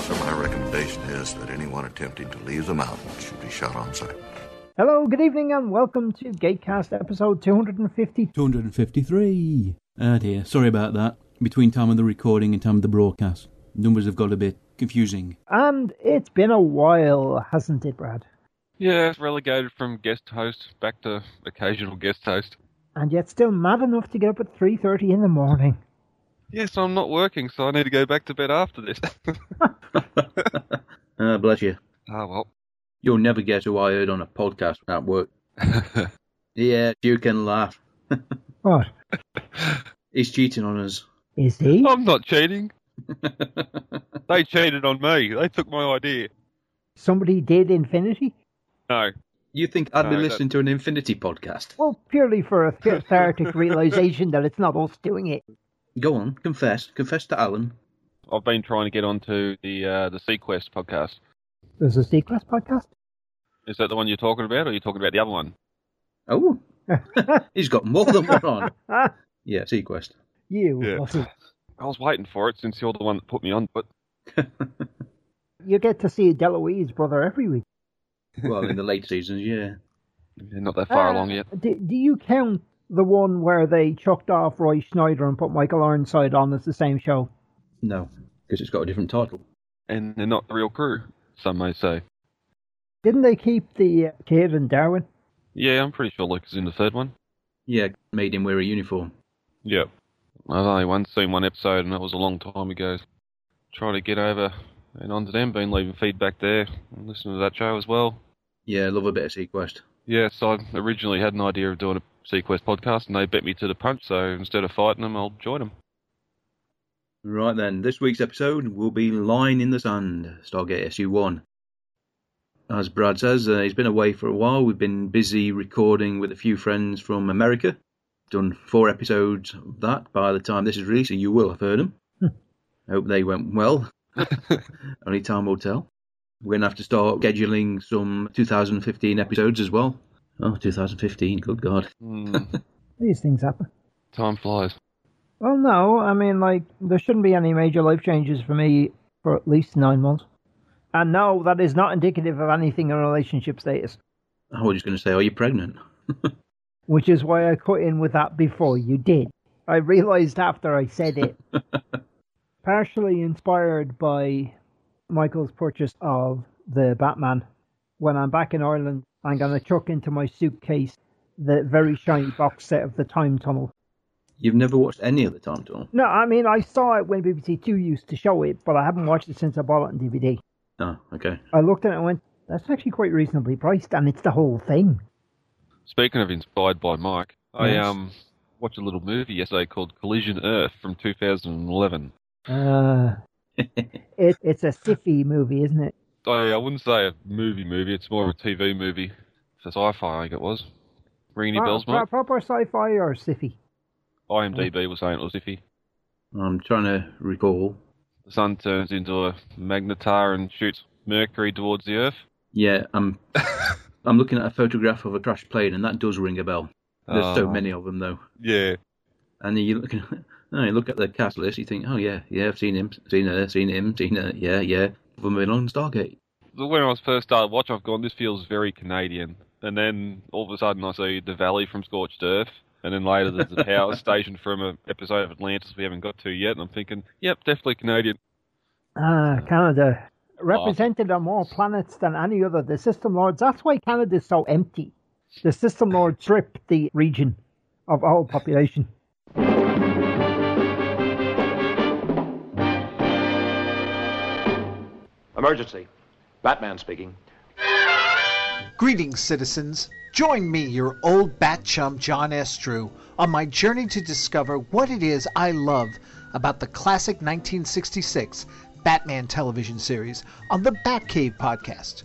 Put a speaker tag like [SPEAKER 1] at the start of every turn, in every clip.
[SPEAKER 1] sir, my recommendation is that anyone attempting to leave the mountain should be shot on sight.
[SPEAKER 2] Hello, good evening, and welcome to Gatecast episode 250.
[SPEAKER 3] 253. Ah dear, sorry about that. Between time of the recording and time of the broadcast, numbers have got a bit confusing.
[SPEAKER 2] And it's been a while, hasn't it, Brad?
[SPEAKER 4] Yeah, it's relegated from guest host back to occasional guest host.
[SPEAKER 2] And yet still mad enough to get up at 3.30 in the morning.
[SPEAKER 4] Yes, I'm not working, so I need to go back to bed after this.
[SPEAKER 5] Ah, bless you.
[SPEAKER 4] Ah, well.
[SPEAKER 5] You'll never guess who I heard on a podcast at work. yeah, you can laugh.
[SPEAKER 2] What?
[SPEAKER 5] He's cheating on us.
[SPEAKER 2] Is he?
[SPEAKER 4] I'm not cheating. They cheated on me. They took my idea.
[SPEAKER 2] Somebody did Infinity?
[SPEAKER 4] No.
[SPEAKER 5] you think I'd be
[SPEAKER 4] No, that-
[SPEAKER 5] listening to an Infinity podcast?
[SPEAKER 2] Well, purely for a cathartic realization that it's not us doing it.
[SPEAKER 5] Go on, confess. Confess to Alan.
[SPEAKER 4] I've been trying to get onto the uh, the Sequest podcast.
[SPEAKER 2] There's a C-Class podcast?
[SPEAKER 4] Is that the one you're talking about, or are you talking about the other one?
[SPEAKER 5] Oh. He's got more than one on.
[SPEAKER 2] Ah,
[SPEAKER 5] Yeah, Sequest.
[SPEAKER 2] you.
[SPEAKER 4] Yeah.
[SPEAKER 2] Lottie.
[SPEAKER 4] I was waiting for it since you're the one that put me on, but
[SPEAKER 2] You get to see Deloise brother every week.
[SPEAKER 5] Well, in the late seasons, yeah.
[SPEAKER 4] you're not that far
[SPEAKER 2] Ah,
[SPEAKER 4] along yet.
[SPEAKER 2] Do, do you count the one where they chucked off Roy Schneider and put Michael Ironside on as the same show?
[SPEAKER 5] No, because it's got a different title.
[SPEAKER 4] And they're not the real crew, some may say.
[SPEAKER 2] Didn't they keep the uh, kid and Darwin?
[SPEAKER 4] Yeah, I'm pretty sure Luke is in the third one.
[SPEAKER 5] Yeah, made him wear a uniform.
[SPEAKER 4] Yep. I've only once seen one episode, and that was a long time ago. Try to get over and onto them. Been leaving feedback there. and Listening to that show as well.
[SPEAKER 5] Yeah, love a bit of Sequest.
[SPEAKER 4] Yes, I originally had an idea of doing a Sequest podcast, and they beat me to the punch. So instead of fighting them, I'll join them.
[SPEAKER 5] Right then, this week's episode will be Line in the Sand, Stargate SU1. As Brad says, uh, he's been away for a while. We've been busy recording with a few friends from America. Done four episodes of that. By the time this is released, you will have heard them. Hope they went well. Only time will tell. We're going to have to start scheduling some 2015 episodes as well. Oh, 2015, good God.
[SPEAKER 4] Hmm,
[SPEAKER 2] These things happen.
[SPEAKER 4] time flies.
[SPEAKER 2] Well, no, I mean, like, there shouldn't be any major life changes for me for at least nine months. And no, that is not indicative of anything in relationship status,
[SPEAKER 5] I was just going to say, are you pregnant?
[SPEAKER 2] which is why I cut in with that before you did. I realized after I said it. Partially inspired by Michael's purchase of the Batman. When I'm back in Ireland, I'm going to chuck into my suitcase the very shiny box set of the Time Tunnel.
[SPEAKER 5] You've never watched any of the Time Tunnel.
[SPEAKER 2] No, I mean I saw it when BBC Two used to show it, but I haven't watched it since I bought it on DVD.
[SPEAKER 5] Oh, okay.
[SPEAKER 2] I looked at it and went, "That's actually quite reasonably priced, and it's the whole thing."
[SPEAKER 4] Speaking of inspired by Mike, I
[SPEAKER 2] Yes.
[SPEAKER 4] um watched a little movie yesterday called Collision Earth from 2011.
[SPEAKER 2] Uh, it, it's a siffy movie, isn't it?
[SPEAKER 4] I, I wouldn't say a movie movie. It's more of a TV movie. It's a sci-fi, I think it was. Ring any
[SPEAKER 2] Pro-
[SPEAKER 4] bells,
[SPEAKER 2] pro-
[SPEAKER 4] Mike?
[SPEAKER 2] proper sci-fi or siffy?
[SPEAKER 4] IMDb was saying it was iffy.
[SPEAKER 5] I'm trying to recall.
[SPEAKER 4] The sun turns into a magnetar and shoots Mercury towards the Earth.
[SPEAKER 5] Yeah, I'm. I'm looking at a photograph of a crashed plane, and that does ring a bell. There's so
[SPEAKER 4] Oh.
[SPEAKER 5] many of them though,
[SPEAKER 4] Yeah.
[SPEAKER 5] and you look. No, you look at the cast list. You think, oh yeah, yeah, I've seen him, seen her, seen him, seen her. Yeah, yeah. For Milan Stargate.
[SPEAKER 4] When I was first started watching, I've gone, this feels very Canadian. And then all of a sudden, I see the valley from Scorched Earth. And then later, there's the power station from an episode of Atlantis we haven't got to yet. And I'm thinking, yep, definitely Canadian.
[SPEAKER 2] Ah, Canada represented on more planets than any other. The System Lords. That's why Canada's so empty. The System Lords strip the region of all population.
[SPEAKER 6] Emergency. Batman speaking.
[SPEAKER 7] Greetings, citizens. Join me, your old bat chum John Estrew, on my journey to discover what it is I love about the classic 1966 Batman television series on the Batcave podcast.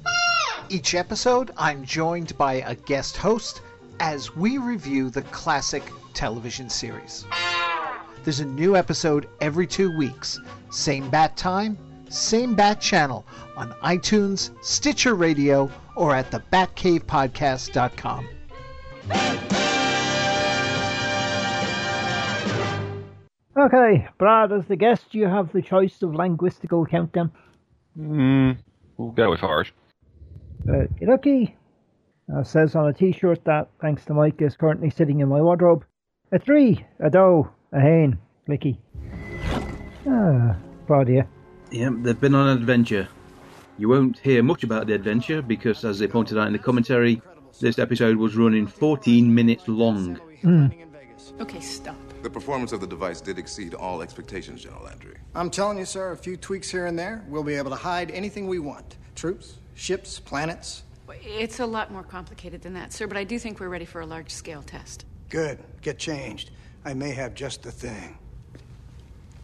[SPEAKER 7] Each episode, I'm joined by a guest host as we review the classic television series. There's a new episode every two weeks, same bat time, same bat channel on iTunes, Stitcher Radio, or at the batcavepodcast.com.
[SPEAKER 2] Okay, Brad, as the guest, you have the choice of linguistical countdown.
[SPEAKER 4] Mm, we'll go with Irish.
[SPEAKER 2] Uh, Iroki uh, says on a t shirt that, thanks to Mike, is currently sitting in my wardrobe. A three, a doe, a hen, Licky. Ah, proud of you.
[SPEAKER 5] Yep, they've been on an adventure. You won't hear much about the adventure because, as they pointed out in the commentary, this episode was running 14 minutes long.
[SPEAKER 8] Okay, stop.
[SPEAKER 9] The performance of the device did exceed all expectations, General Landry.
[SPEAKER 10] I'm telling you, sir, a few tweaks here and there, we'll be able to hide anything we want troops, ships, planets.
[SPEAKER 8] It's a lot more complicated than that, sir, but I do think we're ready for a large scale test.
[SPEAKER 10] Good. Get changed. I may have just the thing.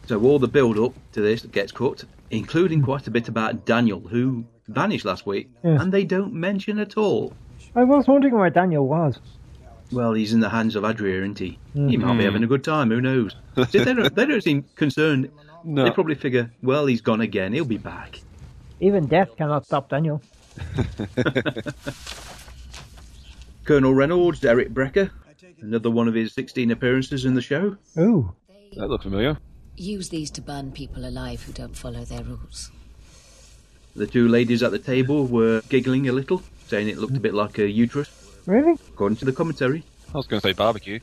[SPEAKER 5] So all the build up to this gets cut, including quite a bit about Daniel, who vanished last week,
[SPEAKER 2] Yeah.
[SPEAKER 5] and they don't mention at all.
[SPEAKER 2] I was wondering where Daniel was.
[SPEAKER 5] Well, he's in the hands of Adria, isn't he? He
[SPEAKER 2] Mm.
[SPEAKER 5] might be
[SPEAKER 2] Mm.
[SPEAKER 5] having a good time. Who knows? they, don't, they don't seem concerned.
[SPEAKER 4] No.
[SPEAKER 5] They probably figure, well, he's gone again. He'll be back.
[SPEAKER 2] Even death cannot stop Daniel.
[SPEAKER 5] Colonel Reynolds, Eric Brecker, another one of his 16 appearances in the show.
[SPEAKER 2] Ooh.
[SPEAKER 4] That looked familiar.
[SPEAKER 11] Use these to burn people alive who don't follow their rules.
[SPEAKER 5] The two ladies at the table were giggling a little, saying it looked a bit like a uterus,
[SPEAKER 2] Really?
[SPEAKER 5] according to the commentary.
[SPEAKER 4] I was going to say barbecue.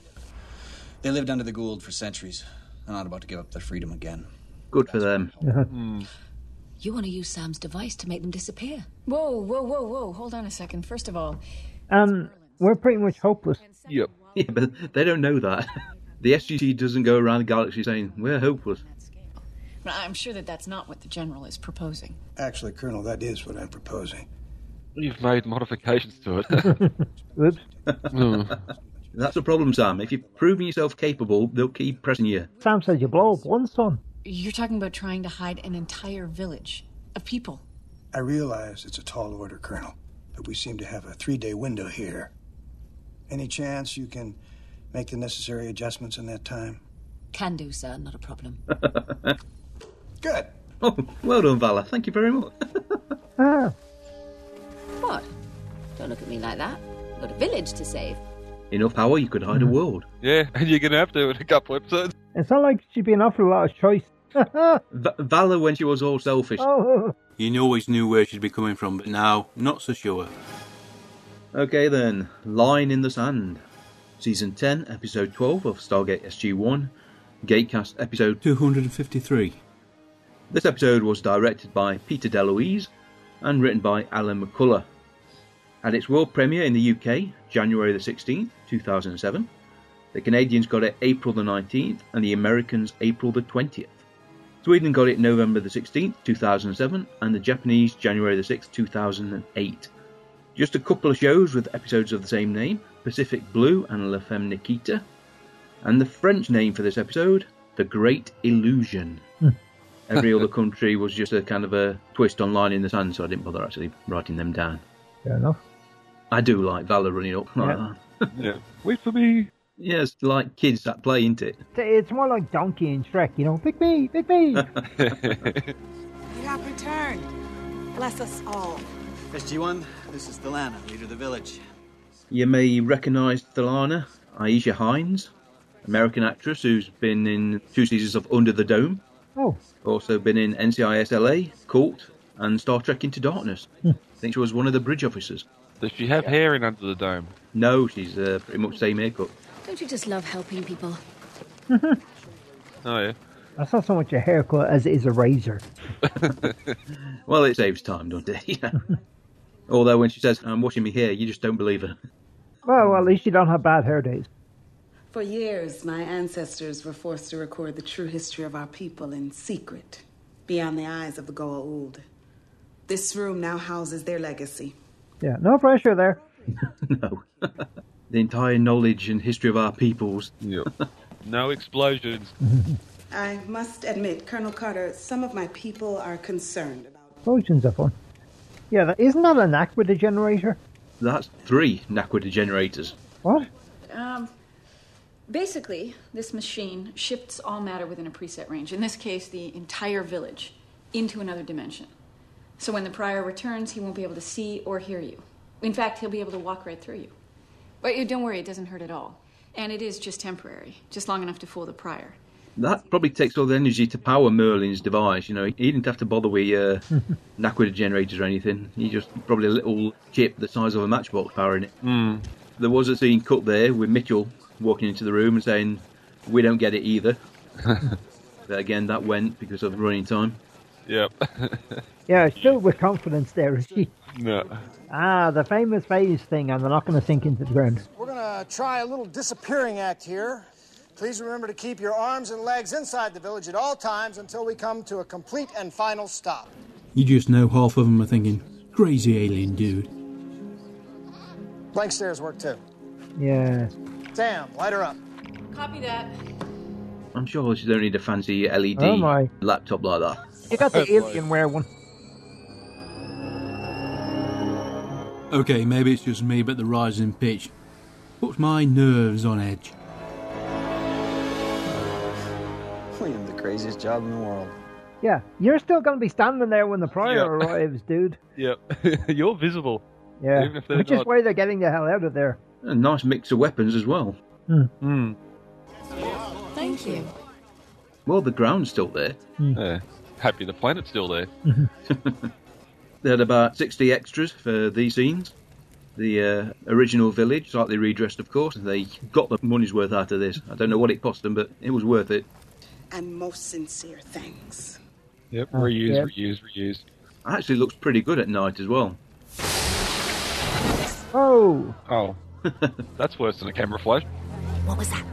[SPEAKER 12] They lived under the Gould for centuries. They're not about to give up their freedom again.
[SPEAKER 5] Good for them.
[SPEAKER 11] You want to use Sam's device to make them disappear?
[SPEAKER 8] Whoa, whoa, whoa, whoa. Hold on a second. First of all,
[SPEAKER 2] Um, we're pretty much hopeless.
[SPEAKER 5] Yep. Yeah, but they don't know that. The SGC doesn't go around the galaxy saying, we're hopeless.
[SPEAKER 8] I'm sure that that's not what the general is proposing.
[SPEAKER 10] Actually, Colonel, that is what I'm proposing.
[SPEAKER 4] You've made modifications to it.
[SPEAKER 2] Oops.
[SPEAKER 5] That's the problem, Sam. If you've proven yourself capable, they'll keep pressing you.
[SPEAKER 2] Sam says you blow up one son.
[SPEAKER 8] You're talking about trying to hide an entire village of people.
[SPEAKER 10] I realize it's a tall order, Colonel, but we seem to have a three day window here. Any chance you can make the necessary adjustments in that time?
[SPEAKER 11] Can do, sir, not a problem.
[SPEAKER 10] Good.
[SPEAKER 5] Oh, well done, Valor. Thank you very much.
[SPEAKER 2] Ah.
[SPEAKER 11] What? Don't look at me like that. We've got a village to save.
[SPEAKER 5] Enough power, you could hide a world.
[SPEAKER 4] yeah, and you're going to have to in a couple episodes.
[SPEAKER 2] It's not like she'd be an awful lot of choice.
[SPEAKER 5] Va- Valor, when she was all selfish.
[SPEAKER 2] oh.
[SPEAKER 3] You always knew where she'd be coming from, but now, not so sure.
[SPEAKER 5] Okay then, Line in the Sand. Season 10, Episode 12 of Stargate SG-1, Gatecast Episode
[SPEAKER 3] 253.
[SPEAKER 5] This episode was directed by Peter DeLuise and written by Alan McCullough. At its world premiere in the UK, January the 16th, 2007, the Canadians got it April the 19th and the Americans April the 20th. Sweden got it November the 16th, 2007, and the Japanese January the 6th, 2008. Just a couple of shows with episodes of the same name Pacific Blue and La Femme Nikita, and the French name for this episode, The Great Illusion. Every other country was just a kind of a twist on line in the sand, so I didn't bother actually writing them down.
[SPEAKER 2] Fair enough.
[SPEAKER 5] I do like Valor running up like that.
[SPEAKER 4] yeah. Wait for me.
[SPEAKER 5] Yeah, it's like kids that play, isn't it?
[SPEAKER 2] It's more like Donkey and Shrek, you know. Pick me, pick me.
[SPEAKER 13] You have returned. Bless us all.
[SPEAKER 12] SG1, this is Delana, leader of the village.
[SPEAKER 5] You may recognise Thelana, Aisha Hines, American actress who's been in two seasons of Under the Dome,
[SPEAKER 2] oh,
[SPEAKER 5] also been in NCIS LA, Cult, and Star Trek Into Darkness. I think she was one of the bridge officers.
[SPEAKER 4] Does she have hair in Under the Dome?
[SPEAKER 5] No, she's uh, pretty much same haircut.
[SPEAKER 11] Don't you just love helping people?
[SPEAKER 4] Oh, yeah.
[SPEAKER 2] that's not so much a haircut as it is a razor.
[SPEAKER 5] Well, it saves time, doesn't it? Yeah. Although when she says, I'm washing me hair, you just don't believe her.
[SPEAKER 2] Well, at least you don't have bad hair days.
[SPEAKER 13] For years, my ancestors were forced to record the true history of our people in secret, beyond the eyes of the Goa Old. This room now houses their legacy.
[SPEAKER 2] Yeah, no pressure there.
[SPEAKER 5] no. the entire knowledge and history of our peoples.
[SPEAKER 4] Yep. No explosions.
[SPEAKER 13] I must admit, Colonel Carter, some of my people are concerned about.
[SPEAKER 2] Potions are fun. Yeah, that, isn't that an aqua generator?
[SPEAKER 5] That's three Naquita generators.
[SPEAKER 2] What?
[SPEAKER 8] Um, basically, this machine shifts all matter within a preset range, in this case, the entire village, into another dimension. So when the prior returns, he won't be able to see or hear you. In fact, he'll be able to walk right through you. But you don't worry, it doesn't hurt at all. And it is just temporary, just long enough to fool the prior.
[SPEAKER 5] That probably takes all the energy to power Merlin's device. You know, he didn't have to bother with uh, Naquita generators or anything. He just probably a little chip the size of a matchbox powering it.
[SPEAKER 4] Mm.
[SPEAKER 5] There was a scene cut there with Mitchell walking into the room and saying, "We don't get it either." but again, that went because of running time.
[SPEAKER 4] Yep.
[SPEAKER 2] Yeah, it's filled with confidence there, is she?
[SPEAKER 4] no.
[SPEAKER 2] Ah, the famous phase thing, and they're not going to sink into the ground.
[SPEAKER 14] We're gonna try a little disappearing act here. Please remember to keep your arms and legs inside the village at all times until we come to a complete and final stop.
[SPEAKER 3] You just know half of them are thinking, crazy alien dude.
[SPEAKER 14] Blank stairs work too.
[SPEAKER 2] Yeah.
[SPEAKER 14] Sam, light her up.
[SPEAKER 8] Copy that.
[SPEAKER 5] I'm sure she don't need a fancy LED
[SPEAKER 2] Oh, my.
[SPEAKER 5] laptop like that.
[SPEAKER 2] You got the
[SPEAKER 5] That's like-
[SPEAKER 2] Alienware one.
[SPEAKER 3] Okay, maybe it's just me, but the rise in pitch puts my nerves on edge.
[SPEAKER 12] We have the craziest job in the world.
[SPEAKER 2] Yeah, you're still going to be standing there when the prior
[SPEAKER 4] Yeah.
[SPEAKER 2] arrives, dude.
[SPEAKER 4] Yep. You're visible.
[SPEAKER 2] Yeah,
[SPEAKER 4] Even if they're
[SPEAKER 2] which is
[SPEAKER 4] not.
[SPEAKER 2] why they're getting the hell out of there.
[SPEAKER 5] A nice mix of weapons as well.
[SPEAKER 2] Hmm.
[SPEAKER 8] Thank you.
[SPEAKER 5] Well, the ground's still there.
[SPEAKER 4] Yeah. Happy the planet's still there.
[SPEAKER 5] They had about 60 extras for these scenes. The uh, original village, slightly redressed, of course. They got the money's worth out of this. I don't know what it cost them, but it was worth it.
[SPEAKER 13] And most sincere thanks.
[SPEAKER 4] Yep. Reuse,
[SPEAKER 5] yeah.
[SPEAKER 4] reuse, reuse.
[SPEAKER 5] Actually, looks pretty good at night as well.
[SPEAKER 2] Oh.
[SPEAKER 4] Oh. That's worse than a camera flash.
[SPEAKER 8] What was that?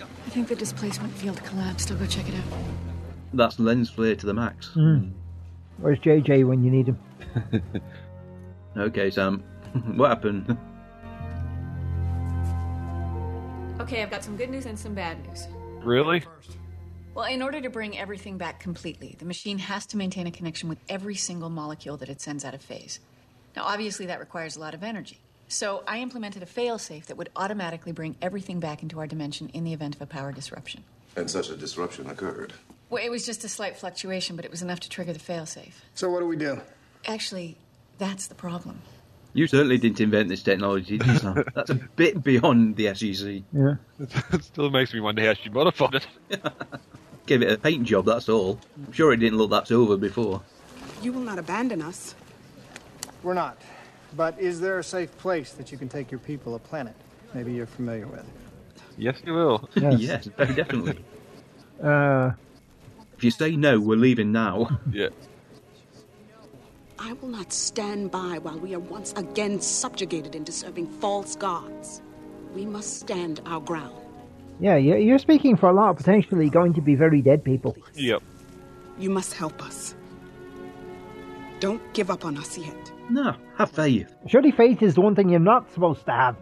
[SPEAKER 8] I think the displacement field collapsed. I'll go check it out.
[SPEAKER 5] That's lens flare to the max.
[SPEAKER 2] Hmm. Where's JJ when you need him?
[SPEAKER 5] Okay, Sam, what happened?
[SPEAKER 8] Okay, I've got some good news and some bad news.
[SPEAKER 4] Really?
[SPEAKER 8] Well, in order to bring everything back completely, the machine has to maintain a connection with every single molecule that it sends out of phase. Now, obviously, that requires a lot of energy. So, I implemented a failsafe that would automatically bring everything back into our dimension in the event of a power disruption.
[SPEAKER 9] And such a disruption occurred.
[SPEAKER 8] Well, it was just a slight fluctuation, but it was enough to trigger the failsafe.
[SPEAKER 9] So what do we do?
[SPEAKER 8] Actually, that's the problem.
[SPEAKER 5] You certainly didn't invent this technology, did you, Sam? That's a bit beyond the E SEC.
[SPEAKER 2] Yeah.
[SPEAKER 4] it still makes me wonder how she modified it.
[SPEAKER 5] Gave it a paint job, that's all. I'm sure it didn't look that silver before.
[SPEAKER 13] You will not abandon us.
[SPEAKER 14] We're not. But is there a safe place that you can take your people, a planet maybe you're familiar with?
[SPEAKER 4] Yes, you will.
[SPEAKER 2] Yes.
[SPEAKER 5] yes, very definitely.
[SPEAKER 2] Uh,
[SPEAKER 5] If you say no, we're leaving now.
[SPEAKER 4] Yeah.
[SPEAKER 13] I will not stand by while we are once again subjugated into serving false gods. We must stand our ground.
[SPEAKER 2] yeah, you- you're speaking for a lot of potentially going to be very dead people.
[SPEAKER 4] Yep.
[SPEAKER 13] You must help us. Don't give up on us yet.
[SPEAKER 5] No, have faith.
[SPEAKER 2] Surely faith is the one thing you're not supposed to have.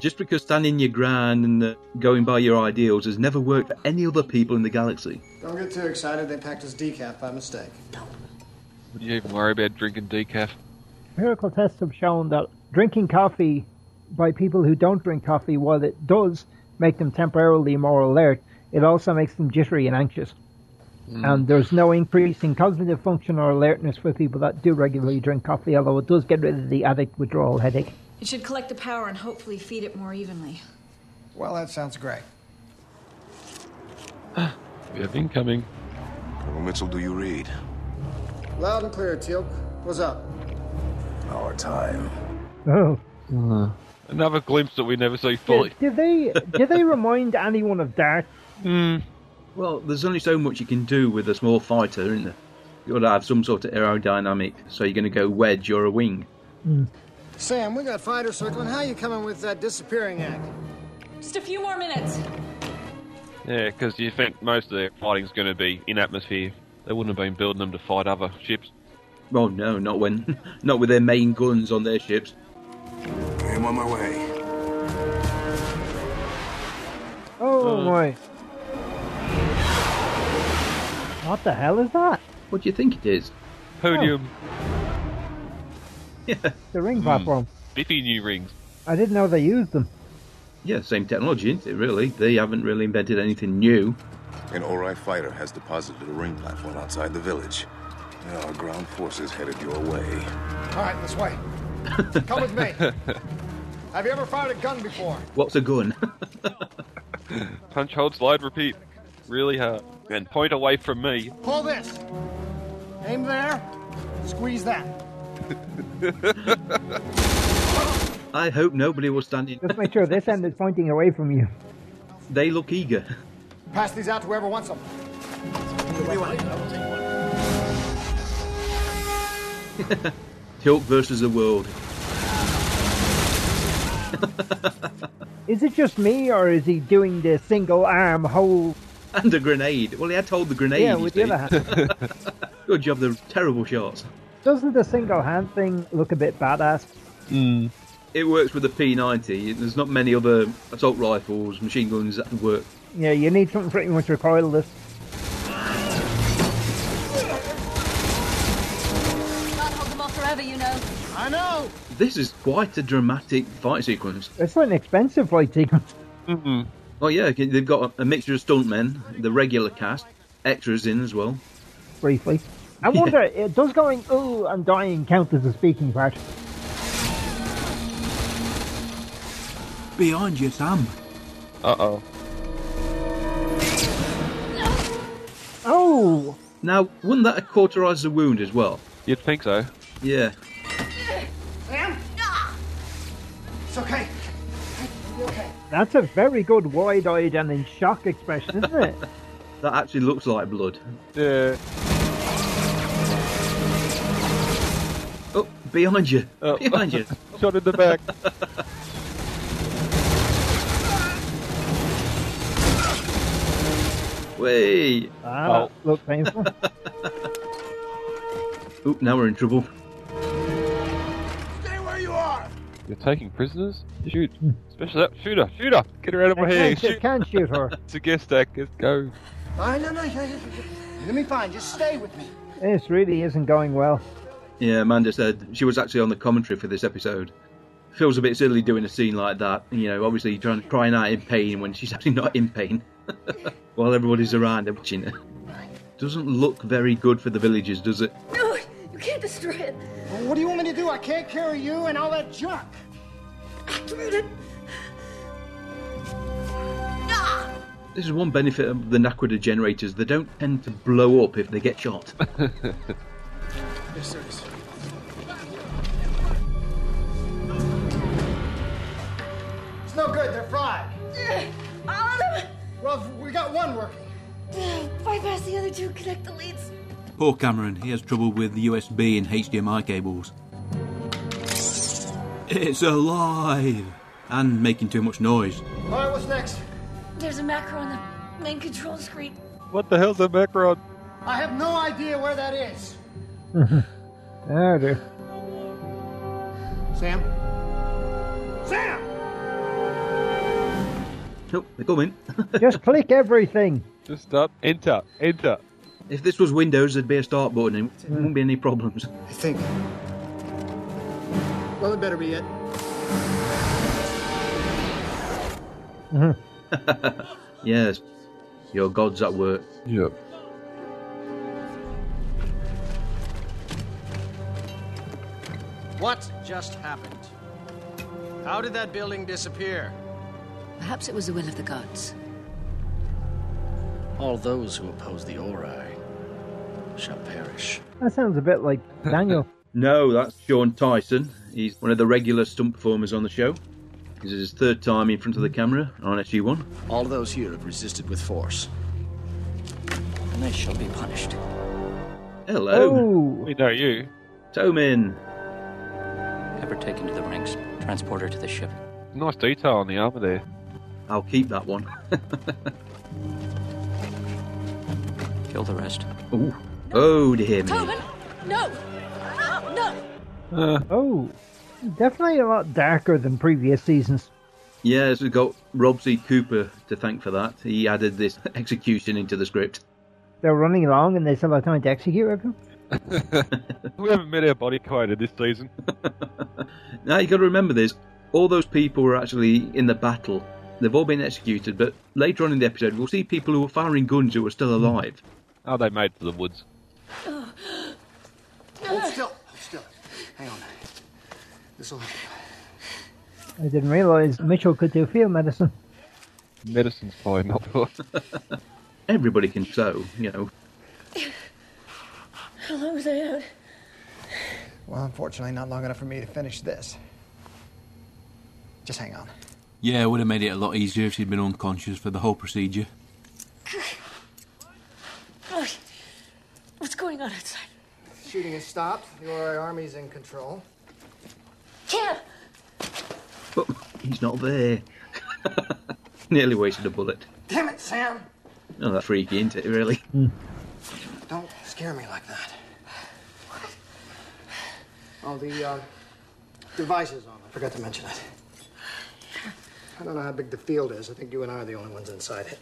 [SPEAKER 5] Just because standing your ground and uh, going by your ideals has never worked for any other people in the galaxy.
[SPEAKER 14] Don't get too excited. They packed us decaf by mistake.
[SPEAKER 4] Would you even worry about drinking decaf?
[SPEAKER 2] Empirical tests have shown that drinking coffee by people who don't drink coffee, while it does make them temporarily more alert, it also makes them jittery and anxious. And there's no increase in cognitive function or alertness for people that do regularly drink coffee, although it does get rid of the addict withdrawal headache.
[SPEAKER 8] It should collect the power and hopefully feed it more evenly.
[SPEAKER 14] Well, that sounds great.
[SPEAKER 4] We have incoming.
[SPEAKER 9] Colonel Mitchell, do you read?
[SPEAKER 14] Loud and clear, Teal. What's up? Our time.
[SPEAKER 2] Oh.
[SPEAKER 4] Another glimpse that we never see fully.
[SPEAKER 2] Do they do they remind anyone of Dart?
[SPEAKER 5] Well, there's only so much you can do with a small fighter, isn't there? You've got to have some sort of aerodynamic, so you're going to go wedge or a wing.
[SPEAKER 14] Sam, we got fighters circling. How you coming with that disappearing act?
[SPEAKER 8] Just a few more minutes.
[SPEAKER 4] Yeah, because you think most of their fighting's going to be in atmosphere. They wouldn't have been building them to fight other ships.
[SPEAKER 5] Well, Oh, no, not when, not with their main guns on their ships.
[SPEAKER 9] I'm on my way.
[SPEAKER 2] Oh my. What the hell is that?
[SPEAKER 5] What do you think it is?
[SPEAKER 4] Podium.
[SPEAKER 2] The ring platform.
[SPEAKER 4] Biffy new rings.
[SPEAKER 2] I didn't know they used them.
[SPEAKER 5] Yeah, same technology, isn't it, really? They haven't really invented anything new.
[SPEAKER 9] An Ori fighter has deposited a ring platform outside the village. There are ground forces headed your way.
[SPEAKER 14] All right, this way. Come with me. Have you ever fired a gun before?
[SPEAKER 5] What's a gun?
[SPEAKER 4] Punch, hold, slide, repeat. Really hard. And point away from me.
[SPEAKER 14] Pull this. Aim there. Squeeze that.
[SPEAKER 5] I hope nobody will stand in.
[SPEAKER 2] Just make sure this end is pointing away from you.
[SPEAKER 5] They look eager.
[SPEAKER 14] Pass these out to whoever wants them.
[SPEAKER 5] Tilt versus the world.
[SPEAKER 2] Is it just me, or is he doing the single arm whole?
[SPEAKER 5] And a grenade. Well, he had to hold the grenade.
[SPEAKER 2] Yeah,
[SPEAKER 5] you
[SPEAKER 2] with
[SPEAKER 5] see.
[SPEAKER 2] the other hand.
[SPEAKER 5] Good job, the terrible shots.
[SPEAKER 2] Doesn't the single hand thing look a bit badass?
[SPEAKER 5] It works with the P90. There's not many other assault rifles, machine guns that work.
[SPEAKER 2] Yeah, you need something pretty much recoilless.
[SPEAKER 11] Can't hold them off forever, you know.
[SPEAKER 14] I know.
[SPEAKER 5] This is quite a dramatic fight sequence.
[SPEAKER 2] It's not an expensive fight sequence.
[SPEAKER 5] Mm-hmm. Oh, yeah, they've got a, a mixture of stuntmen, the regular cast, extras in as well.
[SPEAKER 2] Briefly, I wonder. It does going "Ooh, I'm dying" count as a speaking part?
[SPEAKER 3] Behind you, Sam.
[SPEAKER 4] Uh oh.
[SPEAKER 2] Oh!
[SPEAKER 5] Now, wouldn't that cauterise the wound as well?
[SPEAKER 4] You'd think so.
[SPEAKER 5] Yeah.
[SPEAKER 14] Sam? It's okay. You're okay.
[SPEAKER 2] That's a very good wide-eyed and in shock expression, isn't it?
[SPEAKER 5] That actually looks like blood.
[SPEAKER 4] Yeah.
[SPEAKER 5] Oh, behind you.
[SPEAKER 4] Oh.
[SPEAKER 5] Behind you.
[SPEAKER 4] Shot in the back.
[SPEAKER 5] Way.
[SPEAKER 2] Ah,
[SPEAKER 5] Oh.
[SPEAKER 2] look painful.
[SPEAKER 5] Oop, now we're in trouble.
[SPEAKER 14] Stay where you are.
[SPEAKER 4] You're taking prisoners? Shoot. Especially that shooter. Shooter. Get her out of my hair.
[SPEAKER 2] Can't shoot,
[SPEAKER 4] Shoot.
[SPEAKER 2] can't shoot her.
[SPEAKER 4] It's a guest act. Let's go.
[SPEAKER 14] All right, no, no. no, no. Let me find. Just stay with me.
[SPEAKER 2] This really isn't going well.
[SPEAKER 5] Yeah, Amanda said she was actually on the commentary for this episode. Feels a bit silly doing a scene like that, you know, obviously trying crying out in pain when she's actually not in pain while everybody's around and watching it. Doesn't look very good for the villagers, does it?
[SPEAKER 14] No, you can't destroy it. Well, what do you want me to do? I can't carry you and all that junk. Activate
[SPEAKER 8] Ah!
[SPEAKER 5] This is one benefit of the Naquita generators, they don't tend to blow up if they get shot.
[SPEAKER 14] Yes, there is. It's no good. They're fried. All of them. Well, we got one working.
[SPEAKER 15] Bypass the other two, connect the leads.
[SPEAKER 3] Poor Cameron, he has trouble with USB and HDMI cables. It's alive! And making too much noise.
[SPEAKER 14] All right, what's next?
[SPEAKER 15] There's a macro on the main control screen.
[SPEAKER 4] What the hell's a macron?
[SPEAKER 14] I have no idea where that is.
[SPEAKER 2] Ah, dear.
[SPEAKER 14] Sam. Sam.
[SPEAKER 5] nope, Oh, they're coming.
[SPEAKER 2] Just click everything.
[SPEAKER 4] Just start. Enter. Enter.
[SPEAKER 5] if this was Windows, there'd be a start button and there wouldn't be any problems.
[SPEAKER 14] I think. Well, it better be it.
[SPEAKER 5] Yes, your gods at work.
[SPEAKER 4] Yep.
[SPEAKER 14] What just happened? How did that building disappear?
[SPEAKER 11] Perhaps it was the will of the gods.
[SPEAKER 16] All those who oppose the Ori shall perish.
[SPEAKER 2] That sounds a bit like Daniel.
[SPEAKER 5] No, that's Sean Tyson. He's one of the regular stunt performers on the show. This is his third time in front of the camera on SG1.
[SPEAKER 16] All those here have resisted with force. And they shall be punished.
[SPEAKER 5] Hello.
[SPEAKER 2] Oh,
[SPEAKER 4] We know you.
[SPEAKER 5] Tomin.
[SPEAKER 16] Have her taken to the rings. Transport her to the ship.
[SPEAKER 4] Nice detail on the armor there.
[SPEAKER 5] I'll keep that one.
[SPEAKER 16] Kill the rest.
[SPEAKER 5] Ooh. Oh dear me.
[SPEAKER 15] Tobin! No! No!
[SPEAKER 2] Oh, definitely a lot darker than previous seasons.
[SPEAKER 5] Yes, we've got Rob C. Cooper to thank for that. He added this execution into the script.
[SPEAKER 2] They're running along and they still have time to execute everyone.
[SPEAKER 4] we haven't met our body quota this season.
[SPEAKER 5] Now you got to remember this: all those people were actually in the battle. They've all been executed, but later on in the episode, we'll see people who were firing guns who were still alive.
[SPEAKER 4] Oh, they made it to the woods.
[SPEAKER 14] Hold still. Hold still. Hang on. This will.
[SPEAKER 2] I didn't realize Mitchell could do field medicine.
[SPEAKER 4] Medicine's fine, not
[SPEAKER 5] Everybody can sew, you know.
[SPEAKER 15] How long was I out?
[SPEAKER 7] Well, unfortunately, not long enough for me to finish this. Just hang on.
[SPEAKER 3] Yeah, it would have made it a lot easier if she'd been unconscious for the whole procedure.
[SPEAKER 15] Oh, what's going on outside?
[SPEAKER 14] Shooting has stopped. The Aurora Army's in control.
[SPEAKER 15] Yeah.
[SPEAKER 5] But he's not there. Nearly wasted a bullet.
[SPEAKER 14] Damn it, Sam!
[SPEAKER 5] Oh, that's freaky, isn't it, really?
[SPEAKER 14] Don't scare me like that. Oh, the uh, devices on. I forgot to mention it. I don't know how big the field is. I think you and I are the only ones inside it.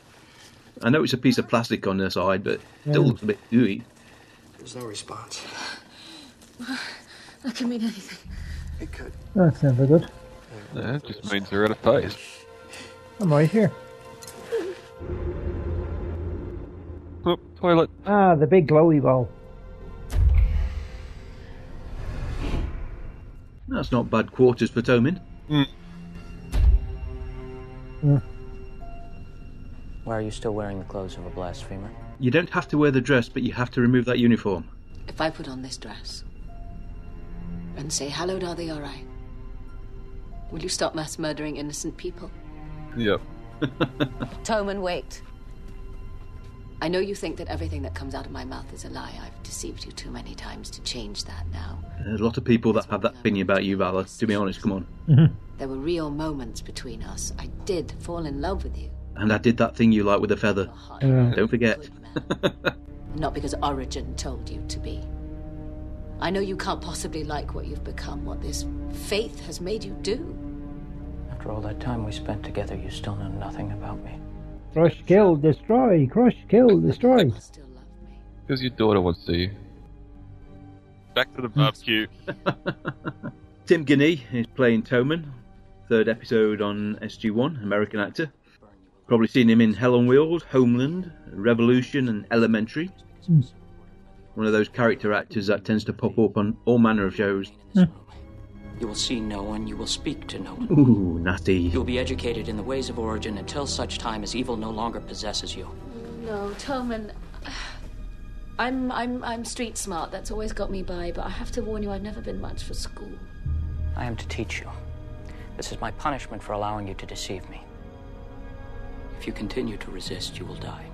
[SPEAKER 5] I know it's a piece of plastic on the side, but still looks a bit gooey.
[SPEAKER 14] There's no response.
[SPEAKER 15] That could mean anything.
[SPEAKER 14] It could.
[SPEAKER 2] That's never good.
[SPEAKER 4] Yeah, it just means they're out of phase.
[SPEAKER 2] I'm right here.
[SPEAKER 4] Oh, toilet.
[SPEAKER 2] Ah, the big glowy ball.
[SPEAKER 5] That's not bad quarters for Tomin.
[SPEAKER 17] Why are you still wearing the clothes of a blasphemer?
[SPEAKER 5] You don't have to wear the dress, but you have to remove that uniform.
[SPEAKER 11] If I put on this dress and say, Hallowed are they, all right, will you stop mass murdering innocent people?
[SPEAKER 4] Yep.
[SPEAKER 11] Toman, wait. I know you think that everything that comes out of my mouth is a lie. I've deceived you too many times to change that now.
[SPEAKER 5] There's a lot of people that have that opinion about you, Valor, to be honest, come on.
[SPEAKER 11] There were real moments between us. I did fall in love with you.
[SPEAKER 5] And I did that thing you like with a feather.
[SPEAKER 11] Yeah.
[SPEAKER 5] Don't forget.
[SPEAKER 11] Not because Origin told you to be. I know you can't possibly like what you've become, what this faith has made you do.
[SPEAKER 17] After all that time we spent together, you still know nothing about me.
[SPEAKER 2] Crush, kill, destroy. Crush, kill, destroy.
[SPEAKER 4] Because your daughter wants to you. Back to the barbecue.
[SPEAKER 5] Tim Guinea is playing Toman, third episode on SG1, American actor. Probably seen him in Hell on Wheels, Homeland, Revolution, and Elementary.
[SPEAKER 2] Hmm.
[SPEAKER 5] One of those character actors that tends to pop up on all manner of shows.
[SPEAKER 17] You will see no one, you will speak to no one.
[SPEAKER 5] Ooh, nasty.
[SPEAKER 17] You'll be educated in the ways of origin until such time as evil no longer possesses you.
[SPEAKER 11] No, Toman. I'm I'm I'm street smart. That's always got me by, but I have to warn you, I've never been much for school.
[SPEAKER 17] I am to teach you. This is my punishment for allowing you to deceive me. If you continue to resist, you will die.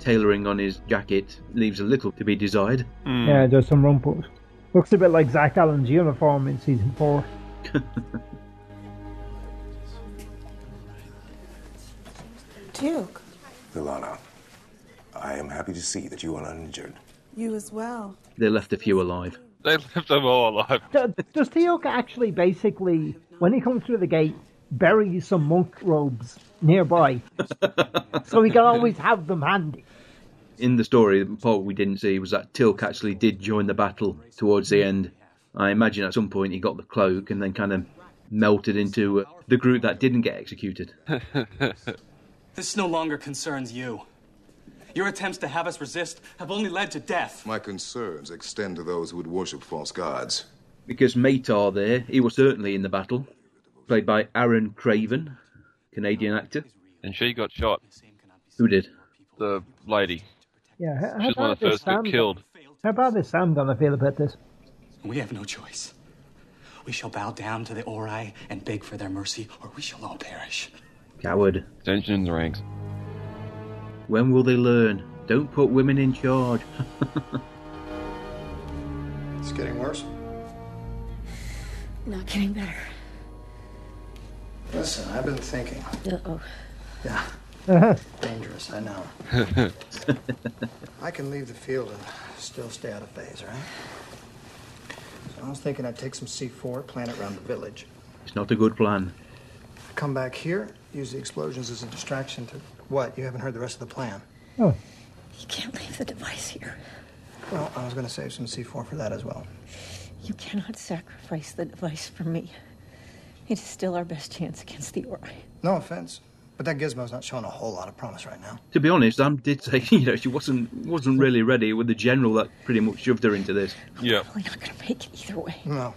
[SPEAKER 5] Tailoring on his jacket leaves a little to be desired.
[SPEAKER 2] Yeah, there's some rumples. Looks a bit like Zach Allen's uniform in season four.
[SPEAKER 13] Duke,
[SPEAKER 18] Milana, I am happy to see that you are uninjured.
[SPEAKER 13] you as well.
[SPEAKER 5] They left a few alive.
[SPEAKER 4] They left them all alive.
[SPEAKER 2] Does, does Teoka actually basically, when he comes through the gate, bury some monk robes nearby? so he can always have them handy.
[SPEAKER 5] In the story, the part we didn't see was that Tilk actually did join the battle towards the end. I imagine at some point he got the cloak and then kind of melted into uh, the group that didn't get executed.
[SPEAKER 19] This no longer concerns you. Your attempts to have us resist have only led to death.
[SPEAKER 9] My concerns extend to those who would worship false gods.
[SPEAKER 5] Because Matar there, he was certainly in the battle, played by Aaron Craven, Canadian actor.
[SPEAKER 4] And she got shot.
[SPEAKER 5] Who did?
[SPEAKER 4] The lady.
[SPEAKER 2] Yeah, how, how
[SPEAKER 4] She's one of
[SPEAKER 2] bad
[SPEAKER 4] the
[SPEAKER 2] is
[SPEAKER 4] first to
[SPEAKER 2] Sam,
[SPEAKER 4] get killed.
[SPEAKER 2] How bad is Sam gonna feel about this?
[SPEAKER 19] We have no choice. We shall bow down to the Ori and beg for their mercy, or we shall all perish.
[SPEAKER 5] Coward.
[SPEAKER 4] Tension in the ranks.
[SPEAKER 5] When will they learn? Don't put women in charge.
[SPEAKER 14] It's getting worse.
[SPEAKER 15] Not getting better.
[SPEAKER 14] Listen, I've been thinking.
[SPEAKER 15] Uh oh.
[SPEAKER 14] Yeah.
[SPEAKER 2] Uh-huh.
[SPEAKER 14] Dangerous, I know. I can leave the field and still stay out of phase, right? So I was thinking I'd take some C4, plant it around the village.
[SPEAKER 5] it's not a good plan.
[SPEAKER 14] Come back here, use the explosions as a distraction to what? You haven't heard the rest of the plan.
[SPEAKER 15] You can't leave the here.
[SPEAKER 14] Well, I was going to save some C4 for that as well.
[SPEAKER 15] You cannot sacrifice the device for me. It is still our best chance against the Ori.
[SPEAKER 14] No offense, but that gizmo's not showing a whole lot of promise right now.
[SPEAKER 5] To be honest, Am did say, you know, she wasn't wasn't really ready with the general that pretty much shoved her into this.
[SPEAKER 4] Yeah.
[SPEAKER 15] Make it either way.
[SPEAKER 14] No.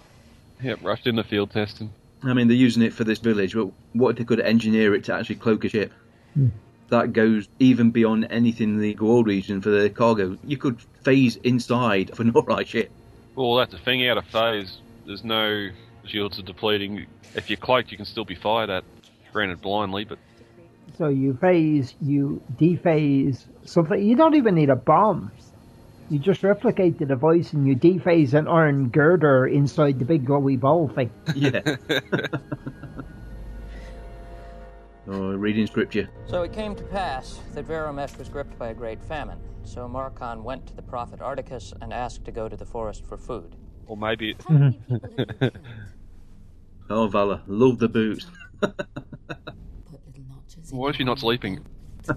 [SPEAKER 4] Yep, rushed into field testing.
[SPEAKER 5] I mean, they're using it for this village, but what if they could engineer it to actually cloak a ship?
[SPEAKER 2] Hmm.
[SPEAKER 5] That goes even beyond anything in the Gold region for the cargo. You could phase inside of an alright ship.
[SPEAKER 4] Well, that's the thing. Out of phase, there's no shields are depleting. If you're cloaked, you can still be fired at, granted blindly, but
[SPEAKER 2] So you phase, you dephase something. You don't even need a bomb. You just replicate the device and you dephase an iron girder inside the big glowy ball thing.
[SPEAKER 5] Yeah. oh, reading scripture.
[SPEAKER 17] So it came to pass that Veramesh was gripped by a great famine. So Marcon went to the prophet Articus and asked to go to the forest for food.
[SPEAKER 4] or maybe.
[SPEAKER 5] oh, Valor, love the boots.
[SPEAKER 4] Why is she not sleeping?